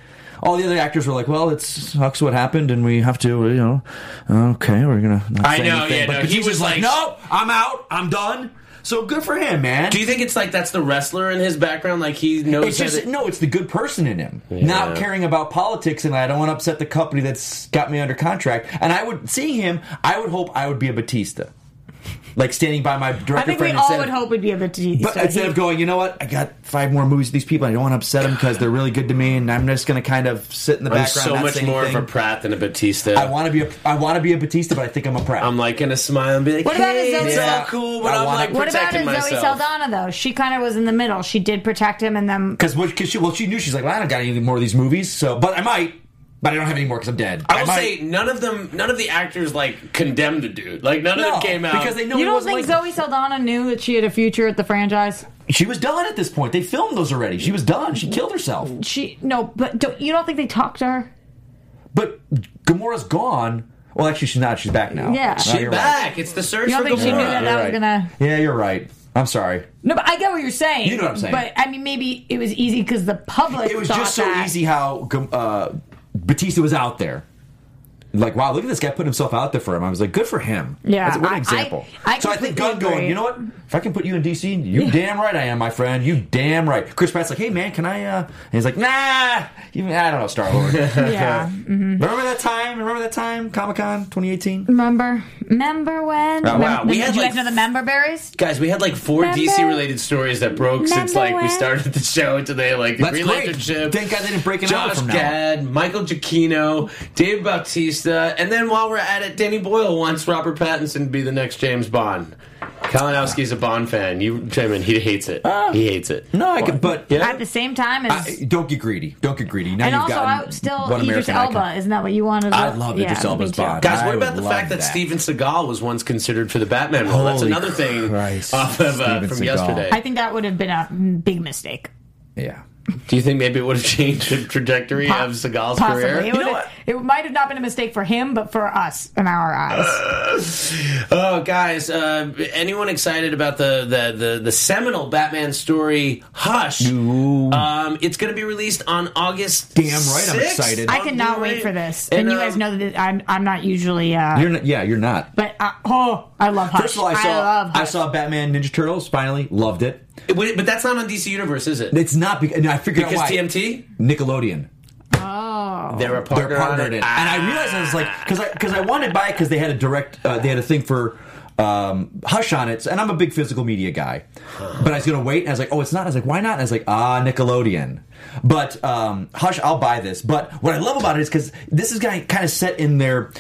All the other actors were like, "Well, it sucks what happened, and we have to, you know, okay, we're gonna." Not I say know, anything." yeah, But no, he Batista's was like- "No, I'm out, I'm done." So good for him, man. Do you think it's like that's the wrestler in his background? Like he knows It's how just to- no, it's the good person in him. Not caring about politics and I don't want to upset the company that's got me under contract. And I would seeing him, I would hope I would be a Batista. Like standing by my director I think we friend all instead would of, hope we'd be able to do but instead of going, you know what? I got five more movies with these people. And I don't want to upset them because they're really good to me, and I'm just going to kind of sit in the I'm background. so not much say more anything. of a Pratt than a Batista. I want to be a I want to be a Batista, but I think I'm a prat. I'm like gonna smile and be like, What about "Hey, his own it's self? all cool," but I I'm wanna- like what about protecting Zoe myself. Saldana though? She kind of was in the middle. She did protect him, and then because because she well she knew she's like well I don't got any more of these movies so but I might but I don't have any more because I'm dead. I will might. say none of them, none of the actors like condemned a dude. Like none of no them came out because they know you he don't wasn't think like- Zoe Saldana knew that she had a future at the franchise? She was done at this point. They filmed those already. She was done. She killed herself. She no, but don't, you don't think they talked to her? Gamora's gone. Well, actually, she's not. She's back now. Yeah. No, She's you're right. back. It's the search You don't for think she Gamora. knew that that You're was right. gonna? Yeah, you're right. I'm sorry. No, but I get what you're saying. You know what I'm saying. But I mean, maybe it was easy because the public. It was thought just so that. easy how Gam- uh, Batista was out there. Like, wow, look at this guy putting himself out there for him. I was like, good for him. Yeah, That's- what I- an example. I- I so I completely think Gunn going, agree. you know what? If I can put you in DC, you damn right I am, my friend. You damn right. Chris Pratt's like, hey man, can I? uh And he's like, nah. You, I don't know, Star [LAUGHS] Lord. Yeah. Remember that time? Remember that time? Comic Con 2018. Remember? Remember when? Oh, wow. Remember- We did had, you like, guys know the member berries? Guys, we had like four Remember- DC related stories that broke since Remember like we when- started the show today. Like the That's Green great. Lantern ship. Thank God they didn't break it out Josh from now. Gad, Michael Giacchino, Dave Bautista, and then while we're at it, Danny Boyle wants Robert Pattinson to be the next James Bond. Kalinowski's a Bond fan. You, Chairman, he hates it. he hates it. Uh, No, I could, but At the same time as. I, don't get greedy. Don't get greedy. Now and you've also, gotten I still one Idris American Elba. icon. Isn't that what you wanted? I love Idris me Elba's too. Bond. Guys, I what about the love fact that, that. Steven Seagal was once considered for the Batman role? That's Holy another thing Christ, off of uh, Steven from Seagal. yesterday. I think that would have been a big mistake. Yeah. Do you think maybe [LAUGHS] it would have changed the trajectory Po- of Seagal's possibly. career? It, would have- it might have not been a mistake for him, but for us in our eyes. Oh, guys! Uh, anyone excited about the the the, the seminal Batman story Hush? Um, it's going to be released on August. Damn right I'm 6th excited. I on cannot wait Blu-ray. for this. And, you um, guys know that I'm I'm not usually. Uh, uh, You're not, yeah, you're not. but I, oh, I love Hush. First of all, I saw I, love Hush. saw Batman Ninja Turtles. Finally, loved it. Wait, but that's not on DC Universe, is it? It's not because and I figured Because out why. TMT Nickelodeon. they're a They're partner. partnered on in, it. it. and I realized I was like, because I because I wanted to buy it because they had a direct, uh, they had a thing for um, Hush on it, and I'm a big physical media guy, but I was gonna wait, and I was like, oh, it's not. I was like, why not? And I was like, ah, Nickelodeon. But um, Hush, I'll buy this. But what I love about it is because this is kind of set in their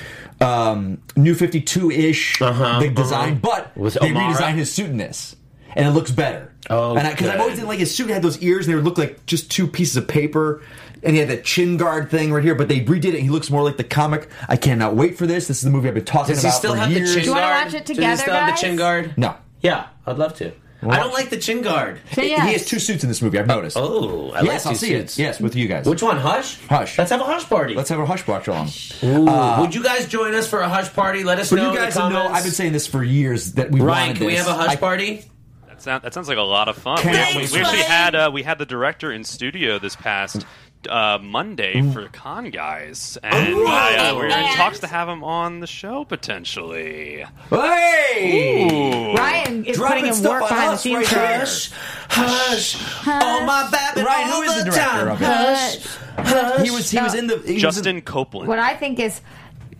um, new 52 ish big design, but With they Amara? redesigned his suit in this, and it looks better. Oh, and because I've good. always didn't like his suit had those ears, and they would look like just two pieces of paper. And he had that chin guard thing right here, but they redid it. And he looks more like the comic. I cannot wait for this. This is the movie I've been talking Does he about still for have years. the chin you wanna guard? watch it Does together, he still have guys? the chin guard? no, Yeah, I'd love to. I don't like the chin guard. So, yes. he has two suits in this movie. I've noticed. Oh, I yes, like I'll these see suits. it. Yes, with you guys. Which one? Hush. Hush. Let's have a hush party. Let's have a hush watch along. Ooh, would you guys join us for a hush party? Let us For know. you guys in to the know, comments. I've been saying this for years that we Ryan, wanted can we this. have a hush I- party? That, sound, that sounds like a lot of fun. We, Thanks, we- we actually Ryan. had uh, we had the director in studio this past uh, Monday for Con Guys, and Oh, I, uh, we we're in And- talks to have him on the show potentially. Hey! Ryan is Dropping putting in stuff work on behind the us scenes. right for here. us. Hush, hush, oh my baby, Ryan, all who is the the director time. of it? Hush, hush. He was. He was in the. he was in- Justin Copeland. What I think is,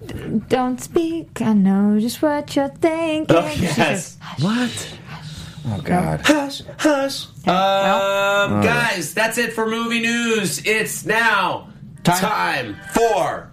"D- don't speak. I know just what you're thinking. Oh, She yes. says, what? Oh God. Hush, hush. Um, Uh, guys, that's it for movie news. It's now Time. time. Four.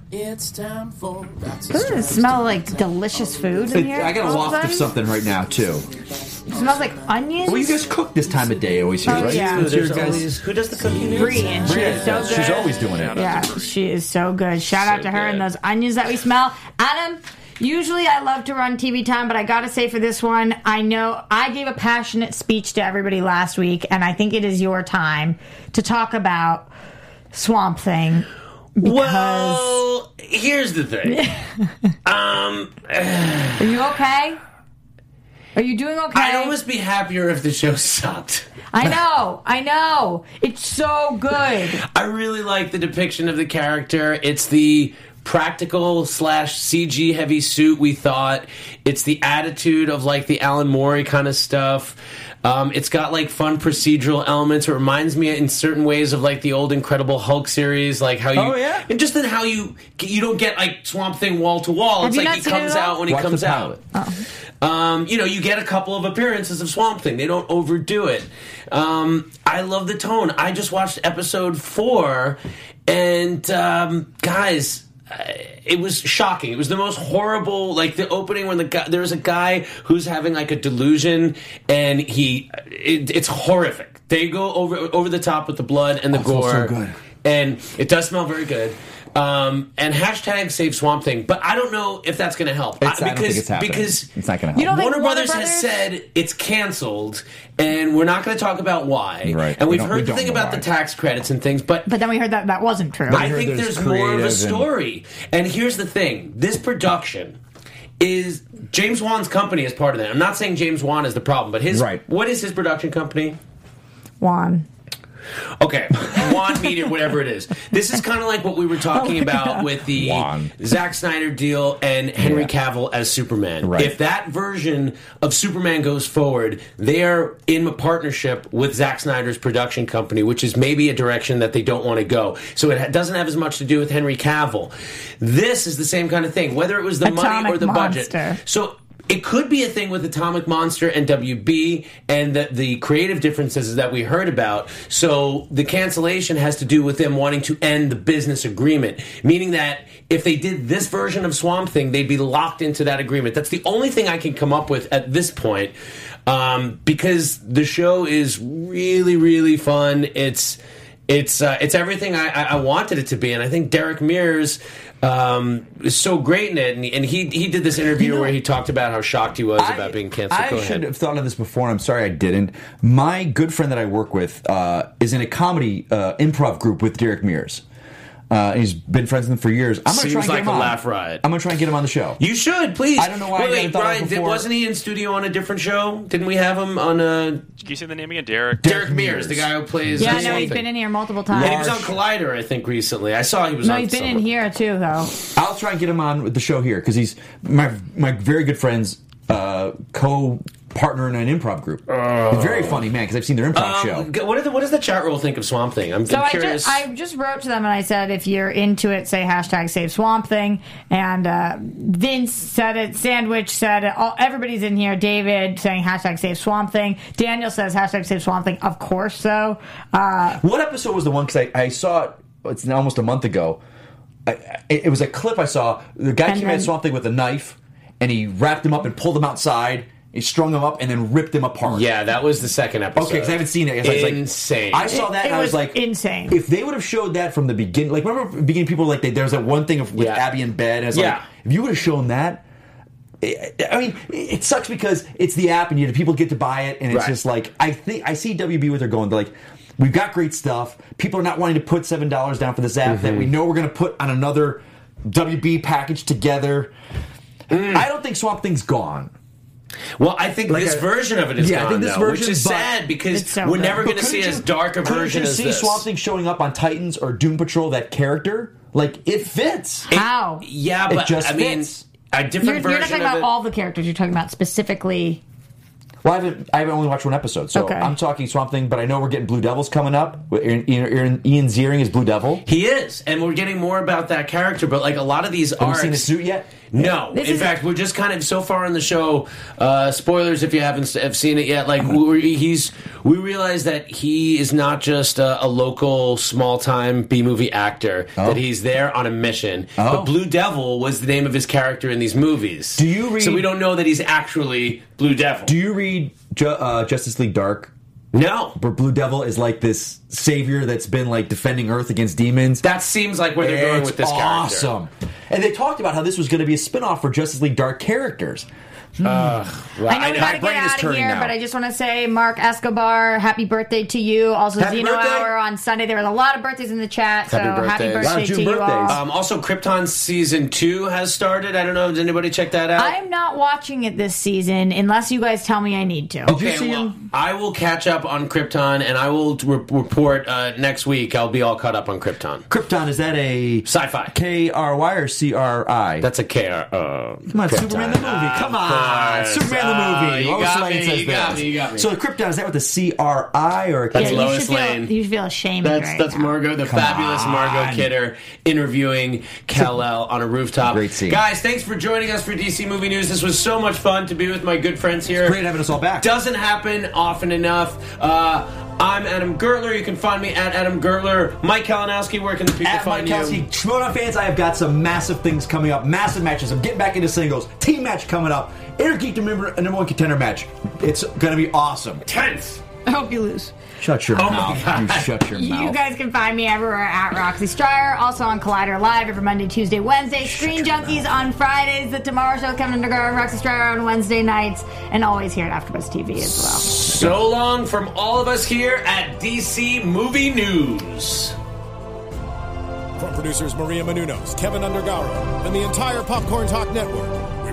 Doesn't it smell like delicious food in here? I got a all waft of sudden? something right now too. It smells like onions. Well, you guys cook this time of day always here, Oh, right? yeah. It's your There's guys- always- who does the cooking news? Brie, and she is so good. She's always doing it. Yeah, she is so good. Shout out to her and good. those onions that we smell. Adam, usually I love to run TV time, but I gotta say for this one, I know I gave a passionate speech to everybody last week, and I think it is your time to talk about Swamp Thing. Well, here's [LAUGHS] the thing. um, Are you okay? Are you doing okay? I'd almost be happier if the show sucked. I know, I know. It's so good. I really like the depiction of the character. It's the practical slash CG heavy suit we thought. It's the attitude of like the Alan Morey kind of stuff. Um, it's got like fun procedural elements. It reminds me in certain ways of like the old Incredible Hulk series, like how you Oh, yeah. and just in how you you don't get like Swamp Thing wall to wall. Have It's you like not he seen it comes at all? out when he Watch the comes out. pilot. Oh. Um, you know, you get a couple of appearances of Swamp Thing. They don't overdo it. Um, I love the tone. I just watched episode four, and um, guys. I- It was shocking. It was the most horrible. Like the opening when the guy there's a guy who's having like a delusion, and he it, it's horrific. They go over over the top with the blood and the smells gore Oh, so good. and it does smell very good. Um, and hashtag save Swamp Thing, but I don't know if that's going to help It's- I- I don't think it's happening. because It's not gonna You don't help. think Warner Warner Brothers, Brothers- has said it's canceled, and we're not going to talk about why. Right. And We we've don't- we heard the don't thing know about why. the tax credits and things, but But then we heard that that wasn't true. I heard think there's there's, more of creative a and- story. And here's the thing: this production is James Wan's company is part of that. I'm not saying James Wan is the problem, but his Right. what is his production company? Juan. Okay, Wan Media, whatever it is. This is kind of like what we were Oh talking about with the Wan. Zack Snyder deal and Henry Cavill as Superman. Right. If that version of Superman goes forward, they are in a partnership with Zack Snyder's production company, which is maybe a direction that they don't want to go. So it ha- doesn't have as much to do with Henry Cavill. This is the same kind of thing, whether it was the money Atomic or the Monster. budget. So it could be a thing with Atomic Monster and WB and the, the creative differences that we heard about. So the cancellation has to do with them wanting to end the business agreement, meaning that if they did this version of Swamp Thing, they'd be locked into that agreement. That's the only thing I can come up with at this point um, because the show is really, really fun. It's. It's uh, it's everything I, I I wanted it to be, and I think Derek Mears um, is so great in it. And, and he he did this interview where he talked about how shocked he was about being canceled. I Go should ahead. have thought of this before, and I'm sorry I didn't. My good friend that I work with uh, is in a comedy uh, improv group with Derek Mears. Uh, he's been friends with him for years. I'm gonna Seems try and like get him a on. laugh riot. I'm gonna try and get him on the show. You should please. I don't know why I Wait, never wait, thought of it Brian, did- before. wasn't he in studio on a different show? Didn't we have him on a Can you say the name again? Derek. Derek Mears, the guy who plays? Yeah, the I know he's Swamp Thing. been in here multiple times. And he was on Collider, I think, recently. I saw he was no, on. he's been in somewhere. here too, though. I'll try and get him on with the show here because he's my my very good friend's uh, co partner in an improv group. He's very funny man because I've seen their improv show. Oh. Um, g- what, do the, what does the chat roll think of Swamp Thing? I'm, So I'm I curious. just, I just wrote to them and I said, if you're into it, say hashtag save swamp thing. And uh, Vince said it. Sandwich said it. All, everybody's in here. David saying hashtag save swamp thing. Daniel says hashtag save swamp thing. Of course, so. Uh, What episode was the one? Because I, I saw it. It's now almost a month ago. I, I- it was a clip I saw. The guy And came out then- of Swamp Thing with a knife, and he wrapped him up and pulled him outside. He strung him up and then ripped him apart. yeah, that was the second episode. Okay, because I haven't seen it. 'cause I was like- Insane. I saw that. It- and it I was, was like, insane. If they would have showed that from the beginning, like remember at the beginning, people were like they, there's that one thing of, with Yeah. Abby in bed. And I was Yeah. like, if you would have shown that. I I mean, it sucks because it's the app, and you people get to buy it, and it's Right. just like I think I see WB what they're going. They're like, we've got great stuff. People are not wanting to put seven dollars down for this app that Mm-hmm. we know we're going to put on another WB package together. Mm. I don't think Swamp Thing's gone. Well, I think this a- version of it is Yeah, I gone, think this though, version, which is but- sad because It's so we're good. never But going to see couldn't as you- dark a couldn't version you as see this. Swamp Thing showing up on Titans or Doom Patrol that character? Like it fits. how? Yeah, It but just I mean, fits. a You're, different you're not version talking of about it. all the characters. You're talking about specifically. Well, I haven't I haven't only watched one episode, so Okay. I'm talking Swamp Thing. But I know we're getting Blue Devils coming up. With Ian, Ian, Ian, Ian Ziering is Blue Devil. he is, and we're getting more about that character. But like a lot of these Have you arcs, seen the suit yet? no. This in is- fact, we're just kind of so far in the show. Uh, spoilers if you haven't s- have seen it yet. Like Mm-hmm. we he's we realize that he is not just a, a local small time B movie actor. Oh. That he's there on a mission. But Blue Devil was the name of his character in these movies. Do you So read- we don't know that he's actually Blue Devil. Do you read Ju- uh, Justice League Dark? no. Where Blue Devil is like this savior that's been like defending Earth against demons. That seems like where they're going It's with this character. awesome. And they talked about how this was going to be a spin-off for Justice League Dark characters. Well, I know we gotta brain get is out of turning here, now. but I just want to say, Mark Escobar, happy birthday to you. Also, Happy Zeno birthday. Hour on Sunday. There was a lot of birthdays in the chat, so Happy happy birthdays. birthday Wow, to June you all. birthdays. Um, also, Krypton season two has started. I don't know. Did anybody check that out? I'm not watching it this season unless you guys tell me I need to. okay, well, I will catch up on Krypton, and I will re- report uh, next week. I'll be all caught up on Krypton. Krypton is that a Sci-fi. K R Y or C R I? That's a KR. Uh, Come on, Superman the movie. Come on, course. Superman the Ah, movie. you Lois got Lane me, says you got this. me, you got me. So Krypton is that with a C R I or a K? That's you Lois should feel- Lane. You should feel ashamed. That's right that's now. Margot, the fabulous Margot Kidder, interviewing Kal El on a rooftop. Great scene. guys. Thanks for joining us for DC movie news. This was so much fun to be with my good friends here. Great having us all back. doesn't happen often enough. Uh, I'm Adam Gertler. You can find me at Adam Gertler. Mike Kalinowski, where can the people At Mike find Kelsey, you? Shimoda fans, I have got some massive things coming up, massive matches. I'm getting back into singles. Team match coming up. Intergeek number, number one contender match. It's going to be awesome. Tense. I hope you lose. Shut Oh your mouth. You shut your You mouth. guys can find me everywhere at Roxy Stryer, also on Collider Live every Monday, Tuesday, Wednesday, Screen Junkies on Fridays, The Tomorrow Show, Kevin Undergaro, Roxy Stryer on Wednesday nights, and always here at AfterBuzz TV as well. So long from all of us here at DC Movie News. From producers Maria Menunos, Kevin Undergaro, and the entire Popcorn Talk Network, we